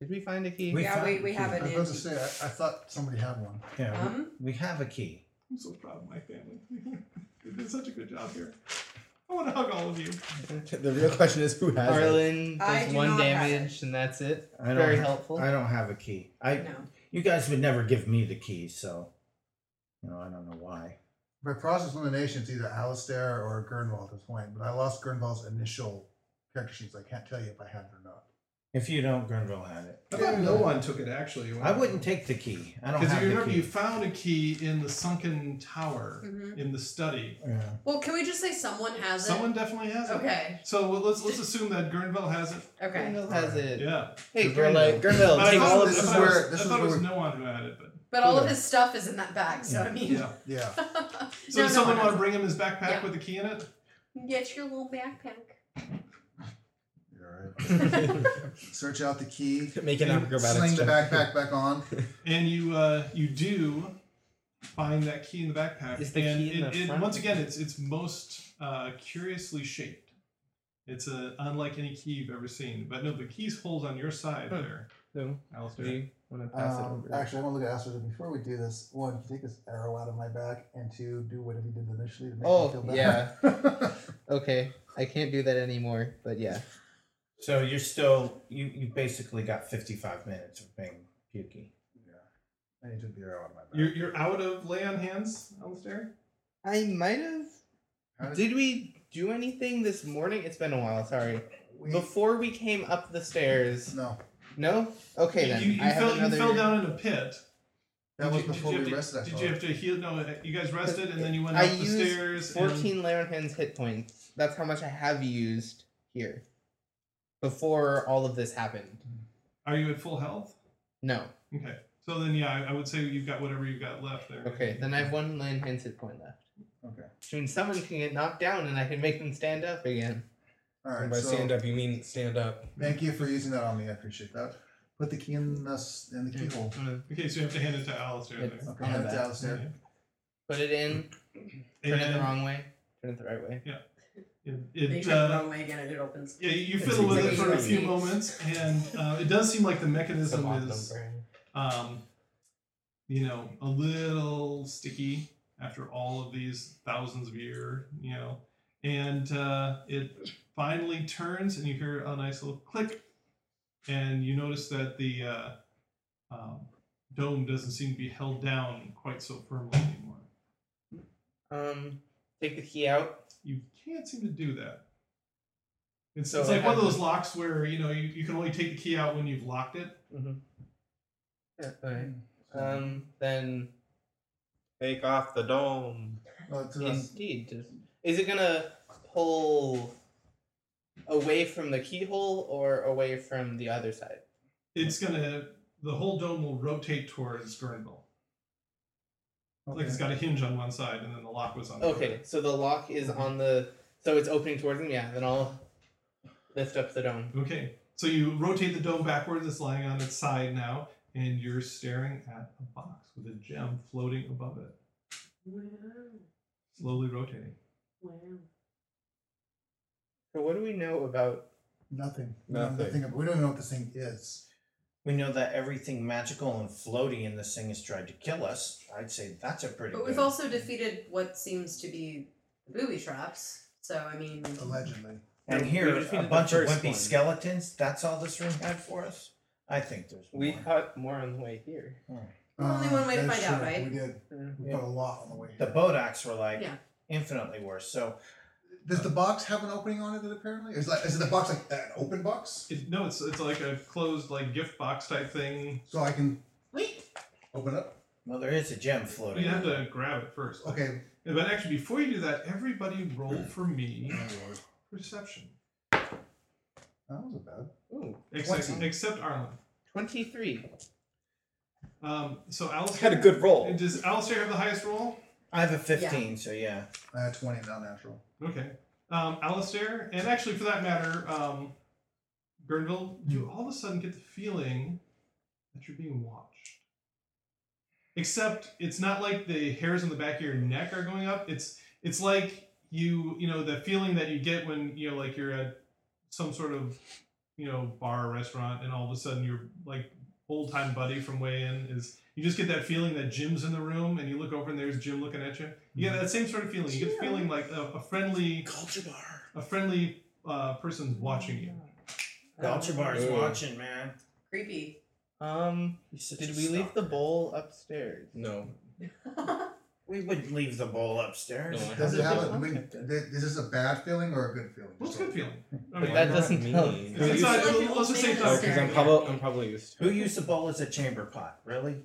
S5: Did we find a key?
S2: We
S7: yeah,
S2: found
S7: we,
S2: the
S7: we
S2: key.
S7: have
S1: I
S7: an
S1: was about to
S7: antique.
S1: say, I, I thought somebody had one.
S2: Yeah, we-
S7: Um,
S2: we have a key.
S3: I'm so proud of my family. they did such a good job here. I want to hug all of you.
S4: the real question is who has it?
S5: Arlen
S7: I
S5: does
S7: do
S5: one
S7: not have
S5: damage, and that's it.
S2: I don't
S5: Very
S2: ha-
S5: helpful.
S2: I don't have a key. I
S7: no.
S2: you guys would never give me the key, so you know I don't know why.
S1: By process of elimination, it's either Alistair or Gernwald at this point, but I lost Gernwald's initial character sheets. I can't tell you if I had it or not.
S2: If you don't, Grenville had it.
S3: I thought no one took it actually.
S2: I wouldn't take the key. I don't
S3: Because
S2: have
S3: you
S2: the
S3: remember
S2: key.
S3: you found a key in the sunken tower
S8: Mhm.
S3: in the study.
S2: yeah.
S8: Well, can we just say someone has
S3: Someone
S8: it?
S3: definitely has it.
S8: Okay.
S3: So well, let's let's assume that Gurnville has it.
S8: Okay.
S5: Gurnville has it.
S3: Yeah.
S5: Hey,
S1: Gurnville.
S5: Gurnville. Gurnville,
S3: But I
S5: take
S3: thought-
S5: all of
S1: this
S3: I
S5: this
S1: is
S3: thought it
S1: where-
S5: work.
S3: was-
S1: this
S3: I
S1: is
S3: thought it
S1: where
S3: was
S1: we-
S3: no one who had it, but
S8: But all of
S1: Yeah.
S8: his stuff is in that bag, so I mean.
S3: yeah.
S1: Yeah.
S3: So
S8: No,
S3: does
S8: no,
S3: someone
S8: no.
S3: want to bring him his backpack
S8: Yeah.
S3: with the key in it?
S8: Get your little backpack.
S1: You're right. Search out the key.
S4: Make an acrobatics
S1: Sling the
S4: check.
S1: backpack back on.
S3: And you uh, you do find that key in the backpack.
S5: Is the
S3: and
S5: key in
S3: it,
S5: the
S3: it-
S5: front?
S3: Once again, it's it's most uh, curiously shaped. It's uh unlike any key you've ever seen. But no, the key's holes on your side
S5: Hmm.
S3: there,
S5: So, do
S3: Alistair.
S5: you want to pass it
S1: Um,
S5: over?
S1: actually, I want to look at Alistair. Before we do this, one, can you take this arrow out of my back? And two, do whatever you did initially to make
S5: Oh,
S1: me feel better.
S5: yeah. okay, I can't do that anymore. But yeah.
S2: So you're still you you basically got 55 minutes of being pukey.
S1: yeah. I need to be arrow out of my back.
S3: You're, you're out of lay on hands, Alistair?
S5: I might have.
S1: How did-
S5: Did we do anything this morning? It's been a while. Sorry.
S1: We,
S5: Before we came up the stairs.
S1: no,
S5: No. Okay
S3: You-
S5: then.
S3: you, you
S5: I have
S3: fell,
S5: another.
S3: you fell down in a pit.
S1: that was
S3: Did you- did
S1: before we
S3: you have to-
S1: rested. I
S3: Did
S1: thought.
S3: you have to heal? No, you guys rested and then you went
S5: I
S3: up the
S5: used
S3: stairs. and-
S5: Fourteen Larenhan's hit points. That's how much I have used here. Before all of this happened.
S3: Are you at full health?
S5: No.
S3: Okay. So then, yeah, I, I would say you've got whatever you've got left there.
S5: Okay. Then I have one Larenhan's hit point left.
S1: okay.
S5: Which means someone can get knocked down and I can make them stand up again.
S1: All
S4: And
S1: right.
S4: by
S1: so
S4: stand up, you mean stand up.
S1: Thank you for using that on me. I appreciate that. Put the key in us in the keyhole.
S3: Uh, okay, so you have to hand it to Alistair
S5: It's-
S3: there.
S1: Okay,
S5: I'll
S1: hand it
S5: have
S1: to
S5: that.
S1: Alistair.
S5: Put it in. Turn it the
S3: And
S5: wrong way. Turn it the right way.
S3: it,
S8: They
S3: it,
S8: turn the
S3: uh,
S8: wrong way again and it opens.
S3: yeah, you
S5: It's
S3: fiddle with it for a
S5: exactly
S3: few
S8: right.
S3: moments, and uh, it does seem like the mechanism
S5: Some odd
S3: is,
S5: number.
S3: um, you know, a little sticky after all of these thousands of year, you know, and uh, it finally turns, and you hear a nice little click, and you notice that the uh, um, dome doesn't seem to be held down quite so firmly anymore.
S5: Um, take the key out.
S3: you can't seem to do that. It's,
S5: So
S3: it's
S5: it
S3: like one of
S5: has-
S3: those locks where you know you, you can only take the key out when you've locked it.
S5: Yeah, okay.
S1: Mm-hmm. Mm.
S5: Um, then
S4: Take off the dome.
S1: Oh, to us.
S5: indeed, does- is it gonna pull away from the keyhole or away from the other side?
S3: It's gonna the whole dome will rotate towards Gurnville. Like it's got a hinge on one side and then the lock was on. the other.
S5: Okay, so the lock is on the, so it's opening towards him. Yeah, then I'll lift up the dome.
S3: Okay. So you rotate the dome backwards. It's lying on its side now, and you're staring at a box with a gem floating above it,
S8: Wow.
S3: slowly rotating.
S8: Wow.
S5: So what do we know about?
S1: Nothing. We don't know
S4: Nothing.
S1: Nothing. ab- We don't even know what this thing is.
S2: We know that everything magical and floaty in this thing has tried to kill us. I'd say that's a pretty
S8: But
S2: good.
S8: we've also defeated what seems to be the booby traps. So I mean,
S1: Allegedly.
S2: and
S4: we
S2: here a
S4: defeated the
S2: bunch of
S4: first
S2: wimpy
S4: one.
S2: skeletons. That's all this room had for us. I think there's
S5: We
S2: more.
S5: caught more on the way here.
S8: Well, only
S1: Um,
S8: one way to
S1: that's
S8: find out,
S1: true.
S8: right?
S1: We did. We
S2: Yeah.
S1: put a lot on the way.
S2: the
S1: here.
S2: Bodaks were like
S8: Yeah.
S2: infinitely worse. So
S1: Does the box have an opening on it? Apparently, is like is the box like an open box?
S3: It, no, it's it's like a closed like gift box type thing.
S1: So I can
S8: wait.
S1: open up.
S2: well, there is a gem floating.
S3: You have to grab it first.
S1: Okay.
S3: Yeah, But actually, before you do that, everybody roll for
S4: Oh,
S3: me perception.
S1: That wasn't bad.
S5: Ooh,
S3: Except,
S1: Twenty.
S3: except Arlen.
S5: twenty-three.
S3: Um, so
S4: I
S3: Alistair
S4: had a good roll.
S3: Does Alistair have the highest roll?
S2: I have a fifteen. So yeah.
S1: I had twenty, not natural.
S3: Okay. Um, Alistair, and actually for that matter, um, Gurnville, you all of a sudden get the feeling that you're being watched. Except it's not like the hairs on the back of your neck are going up. It's it's like you you know the feeling that you get when you know like you're at some sort of you know bar or restaurant, and all of a sudden your like old time buddy from way in is you just get that feeling that Jim's in the room, and you look over and there's Jim looking at you. You get that same sort of feeling. You get the feeling like a, a friendly
S2: Culture bar.
S3: a friendly uh, person's watching you.
S2: Culture bar's
S4: Ooh.
S2: watching, man.
S8: Creepy.
S5: Um,
S2: He's such
S5: did
S2: a
S5: we leave the
S2: stalker.
S5: bowl upstairs?
S4: No.
S2: We would leave the bowl upstairs.
S4: No, I
S1: Does it have a?
S4: Okay.
S1: I mean, th- is this a bad feeling or a good feeling?
S3: What's a good feeling? I
S5: But
S3: mean,
S5: that
S4: Why not
S5: doesn't
S4: me?
S5: tell.
S3: Oh
S4: Who
S3: it's
S4: used-
S3: not,
S8: It's like an
S3: let's just say
S8: old
S3: it's
S4: Oh,
S3: not
S8: man
S4: because
S3: scary.
S4: I'm probably I'm probably used to.
S2: Who used the bowl as a chamber pot? Really?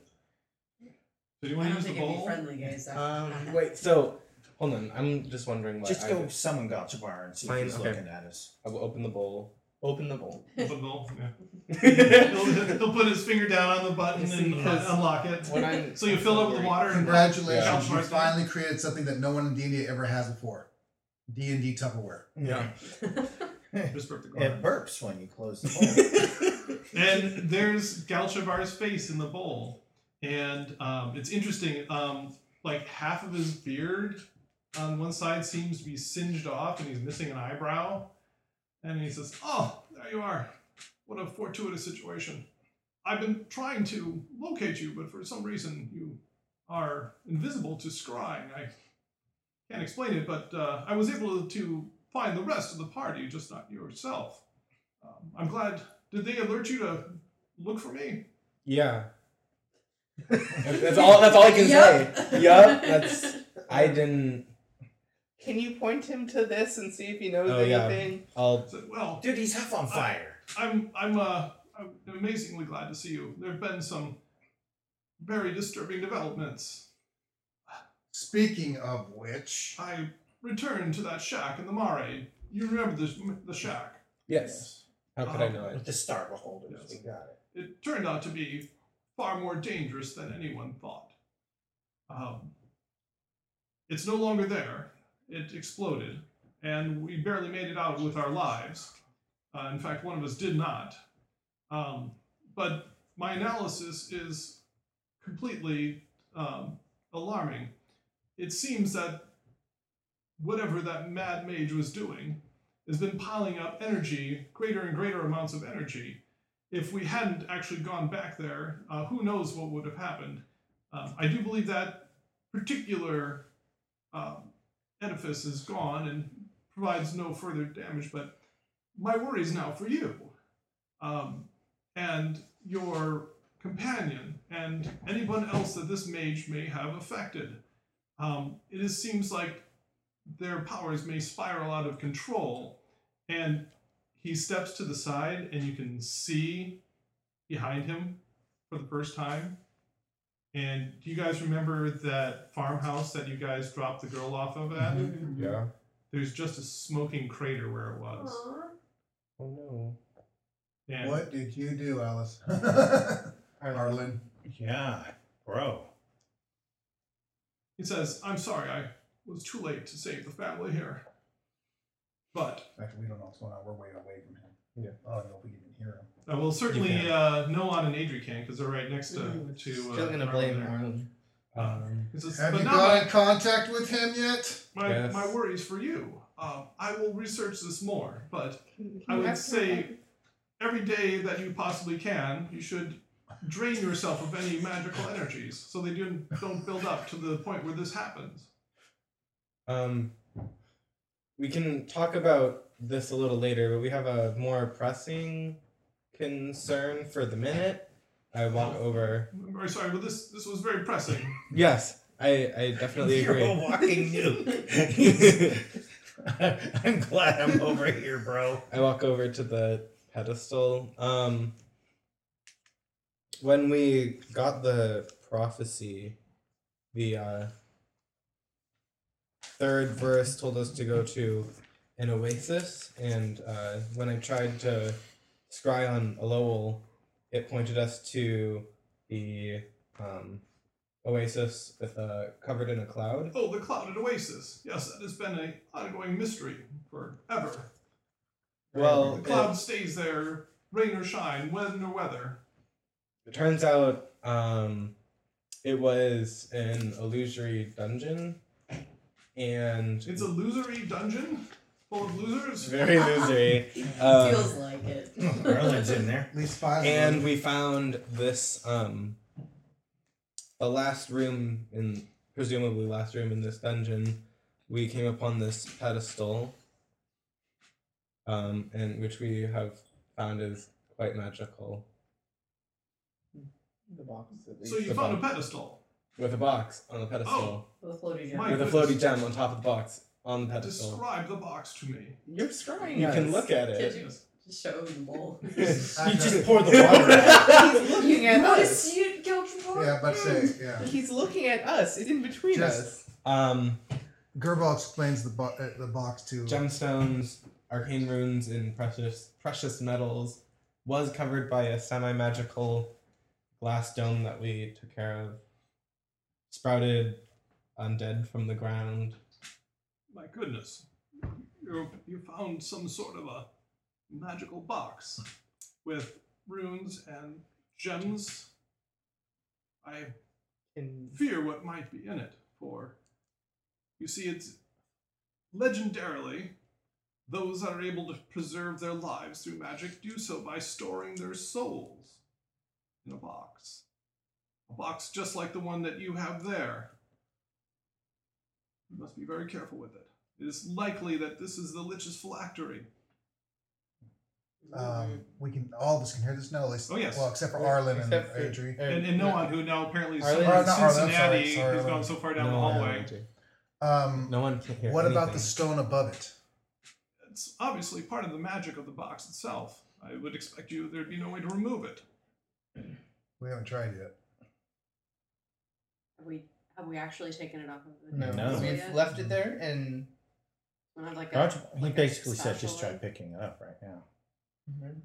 S3: Do you
S8: I
S3: want to
S8: don't
S3: use the
S8: think it'd be
S3: bowl?
S8: friendly, guys. that-
S5: Um,
S4: Wait, so hold on. I'm just wondering why.
S2: Just
S4: I
S2: go
S4: would-
S2: summon Gotcha Bar and see
S4: Fine,
S2: if he's
S4: okay.
S2: looking at us.
S4: I will open the bowl.
S5: Open the bowl.
S3: Open bowl, yeah. he'll,
S4: Wait,
S3: he'll put his finger down on the button
S5: See,
S3: and
S5: because
S3: un- unlock it.
S5: What I'm
S3: So you fill up with
S5: worried-
S3: water and
S1: Congratulations!
S3: Yeah.
S1: You finally created something that no one in D and D ever has before. D and D Tupperware.
S4: Yeah.
S3: Just rip the
S2: It
S3: corner.
S2: burps when you close the bowl.
S3: And there's Galchavar's face in the bowl, and um, it's interesting. Um, like half of his beard on one side seems to be singed off, and he's missing an eyebrow. And he says, "Oh, there you are. What a fortuitous situation. I've been trying to locate you, but for some reason you are invisible to scrying. I can't explain it, but uh, I was able to find the rest of the party, just not yourself. Um, I'm glad. Did they alert you to look for me?
S4: yeah. that's all. That's all I can
S8: Yup.
S4: say. Yup. That's. I didn't.
S5: Can you point him to this and see if he knows
S4: Oh, yeah.
S5: anything?
S4: I'll
S3: So, well,
S2: Dude, he's half on fire.
S3: I'm I'm uh I'm amazingly glad to see you. There have been some very disturbing developments.
S1: Speaking of which,
S3: I returned to that shack in the Mare. You remember the the shack?
S4: yes. How could I
S3: Um,
S4: know it?
S2: With the star beholders, we got it.
S3: It turned out to be far more dangerous than anyone thought. Um, it's no longer there. It exploded, and we barely made it out with our lives. Uh, in fact, one of us did not. Um, but my analysis is completely um, alarming. It seems that whatever that mad mage was doing has been piling up energy, greater and greater amounts of energy, if we hadn't actually gone back there, uh, who knows what would have happened. Um, I do believe that particular um, edifice is gone and provides no further damage, but my worry is now for you um, and your companion and anyone else that this mage may have affected. Um, it is, seems like their powers may spiral out of control and he steps to the side and you can see behind him for the first time and do you guys remember that farmhouse that you guys dropped the girl off of at
S4: Yeah.
S3: there's just a smoking crater where it was
S4: Oh no.
S3: and
S1: what did you do, Alice? Arlen.
S2: Yeah, bro.
S3: he says i'm sorry i was too late to save the family here but
S1: Actually, we don't know what's going on. We're way away from him.
S4: Yeah.
S1: I don't know if we can even hear him.
S3: i will certainly
S4: can.
S3: uh, Noan and adri can because they're right next to,
S5: Mhm.
S3: to uh,
S5: Still gonna blame
S3: Arlen.
S5: Arlen.
S4: Um,
S3: He says,
S1: Have
S3: "But
S1: you
S3: now
S1: got in contact with him yet?
S3: my,
S4: Yes.
S3: my worries for you um, i will research this more but
S5: Can- can
S3: I
S5: you
S3: would
S5: ask him
S3: say
S5: about-
S3: every day that you possibly can, you should drain yourself of any magical energies so they don't don't build up to the point where this happens.
S4: um, we can talk about this a little later, but we have a more pressing concern for the minute. I walk over.
S3: I'm very sorry, but this this was very pressing.
S4: Yes, I, I definitely
S2: You're a
S4: agree.
S2: walking nuke. I'm glad I'm over here, bro.
S4: I walk over to the pedestal. Um, when we got the prophecy, the uh, third verse told us to go to an oasis, and uh, when I tried to scry on Lowell, it pointed us to the um, oasis with uh, covered in a cloud.
S3: Oh, the clouded oasis. Yes, that has been a ongoing mystery forever.
S4: Well,
S3: The cloud stays there, rain or shine, wind or weather.
S4: It turns out um, it was an illusory dungeon, and
S3: It's a losery dungeon full of
S4: it's
S3: losers.
S4: very illusory.
S8: Feels
S4: Um,
S8: like it.
S2: Merlin's in there.
S1: At least five. of
S4: and
S1: them.
S4: we found this um, the last room in presumably last room in this dungeon. We came upon this pedestal, um, and which we have found is quite magical
S5: The box at least.
S3: So you found a pedestal.
S4: with a box on the pedestal
S8: With a floaty gem.
S3: My
S4: with a
S3: goodness.
S4: floaty gem on top of the box on the pedestal.
S3: Describe the box to me.
S5: You're scrying.
S4: You can
S5: us.
S4: look at
S8: Did
S4: it.
S8: you show the bowl?
S2: You just pour the water out.
S5: He's looking at us.
S8: Notice you go to
S1: yeah, but say yeah.
S5: He's looking at us. It's in between
S1: Just-
S5: us.
S4: Um,
S1: Gerbal explains the bo- uh, the box to
S4: gemstones, arcane runes, and precious precious metals was covered by a semi-magical glass dome that we took care of. Sprouted undead from the ground.
S3: My goodness. You, you found some sort of a magical box with runes and gems. I
S5: And
S3: fear what might be in it, for you see, it's legendarily those that are able to preserve their lives through magic do so by storing their souls in a box. A box just like the one that you have there. You must be very careful with it. It is likely that this is the Lich's phylactery.
S1: um, we can all of us can hear this now. At least,
S3: Oh, yes.
S1: Well, except for Arlen
S4: Except for-
S1: and Adri.
S4: er,
S3: And, and no one who now apparently is
S4: Arlen-
S3: somewhere in
S1: oh, not Arlen, I'm
S3: Cincinnati
S1: sorry, sorry,
S3: who's
S1: Arlen.
S3: gone so far down
S4: no,
S3: the
S4: no,
S3: hallway.
S4: no, no.
S1: Um,
S4: No one can hear
S1: what about the
S4: anything.
S1: stone above it?
S3: It's obviously part of the magic of the box itself. I would expect you there'd be no way to remove it.
S1: We haven't tried yet.
S8: Have we have we actually taken it off of the
S5: No,
S2: No.
S5: we've
S8: Yeah.
S5: left it there, and
S8: We'll have like a-
S2: Roger, he
S8: like a
S2: basically said
S8: special
S2: just try
S8: one.
S2: picking it up right now.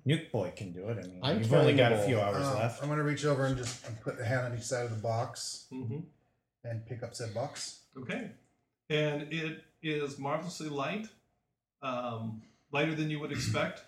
S2: Nuke Boy can do it. I mean,
S4: I'm
S2: you've only got a
S4: terrible.
S2: few hours
S1: Um,
S2: left.
S1: I'm gonna reach over and just and put a hand on each side of the box
S3: Mm-hmm.
S1: and pick up said box.
S3: Okay. And it is marvelously light, um, lighter than you would expect,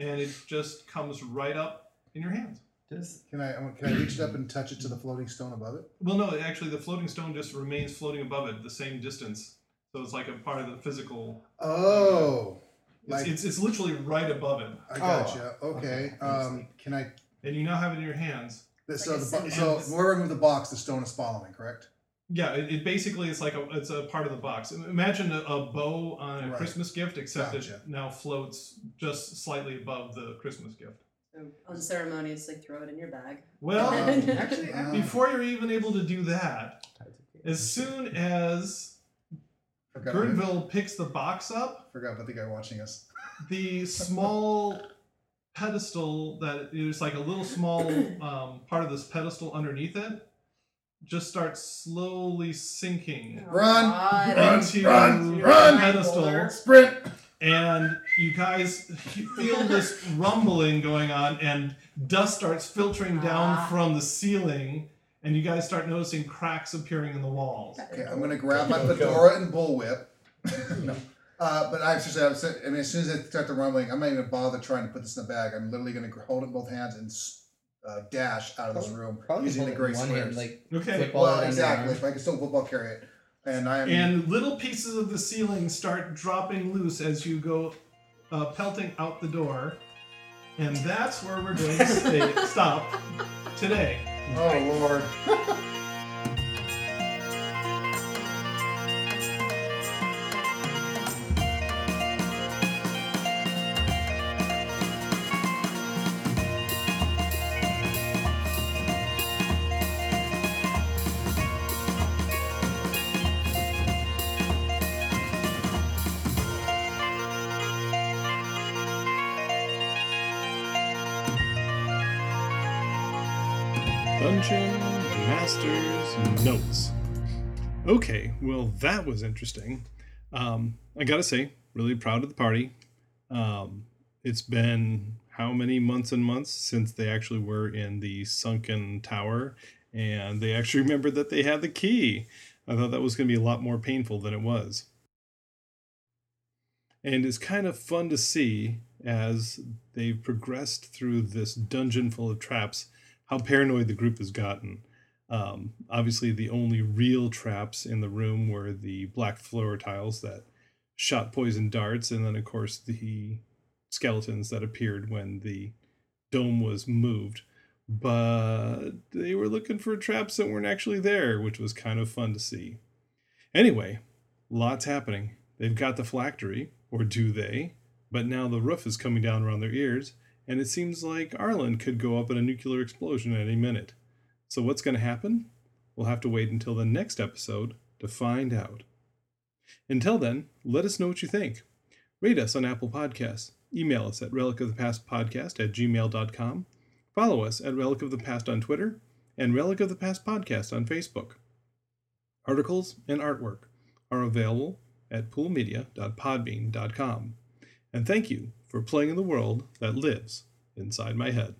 S3: and it just comes right up in your hands.
S5: does
S1: Can I um, can I reach it up and touch it to the floating stone above it?
S3: Well, no, actually, the floating stone just remains floating above it the same distance. So it's like a part of the physical.
S1: Oh,
S3: It's,
S1: like
S3: it's, it's literally right above it.
S1: I gotcha. okay.
S4: okay.
S1: Um, can I?
S3: And you now have it in your hands.
S1: so
S8: Like a
S1: the bo-
S8: sentence.
S1: so wherever I move the box, the stone is following. Correct.
S3: Yeah, it, it basically is like a, it's a part of the box. Imagine a, a bow on a
S1: Right.
S3: Christmas gift, except
S1: Gotcha.
S3: it now floats just slightly above the Christmas gift.
S8: So all Oh, the ceremonies like throw it in your bag.
S3: Well,
S1: Um,
S5: actually,
S1: um,
S3: before you're even able to do that, as soon as
S1: forgot, about,
S3: Gurnville picks the box up,
S1: forgot about the guy watching us.
S3: the small pedestal that there's like a little small um, part of this pedestal underneath it just starts slowly sinking
S1: Run,
S8: Oh, God.
S1: run,
S3: into
S1: run,
S3: your
S1: run.
S3: pedestal
S1: Sprint.
S3: and you guys you feel this rumbling going on and dust starts filtering down
S8: Ah.
S3: from the ceiling and you guys start noticing cracks appearing in the walls
S1: Okay, I'm gonna grab my
S4: Go, go.
S1: fedora and bullwhip. no. Uh, but I seriously, I, was, I mean, as soon as I start the rumbling, I'm not even gonna bother trying to put this in the bag. I'm literally gonna gr- hold it in both hands and s- uh, dash out of this room
S5: probably
S1: using the
S5: hold it in
S1: gray
S5: one
S1: squares.
S5: hand, like
S3: okay
S5: football
S1: well,
S5: under
S1: exactly.
S5: arm.
S1: If I can still football carry it, and I'm
S3: and little pieces of the ceiling start dropping loose as you go uh, pelting out the door. And that's where we're going to stay, stop today.
S1: oh lord.
S6: Dungeon Master's Notes. Okay, well, that was interesting. Um, I gotta say, really proud of the party. Um, it's been how many months and months since they actually were in the sunken tower, and they actually remembered that they had the key. I thought that was gonna be a lot more painful than it was. And it's kind of fun to see as they've progressed through this dungeon full of traps how paranoid the group has gotten. Um, obviously, the only real traps in the room were the black floor tiles that shot poison darts, and then, of course, the skeletons that appeared when the dome was moved. But they were looking for traps that weren't actually there, which was kind of fun to see. Anyway, lots happening. They've got the phylactery, or do they? But now the roof is coming down around their ears, and it seems like Arlen could go up in a nuclear explosion at any minute. So, what's going to happen? We'll have to wait until the next episode to find out. Until then, let us know what you think. Rate us on Apple Podcasts. Email us at relicofthepastpodcast at gmail.com. Follow us at Relic of the Past on Twitter and Relic of the Past Podcast on Facebook. Articles and artwork are available at poolmedia.podbean.com and thank you for playing in the world that lives inside my head.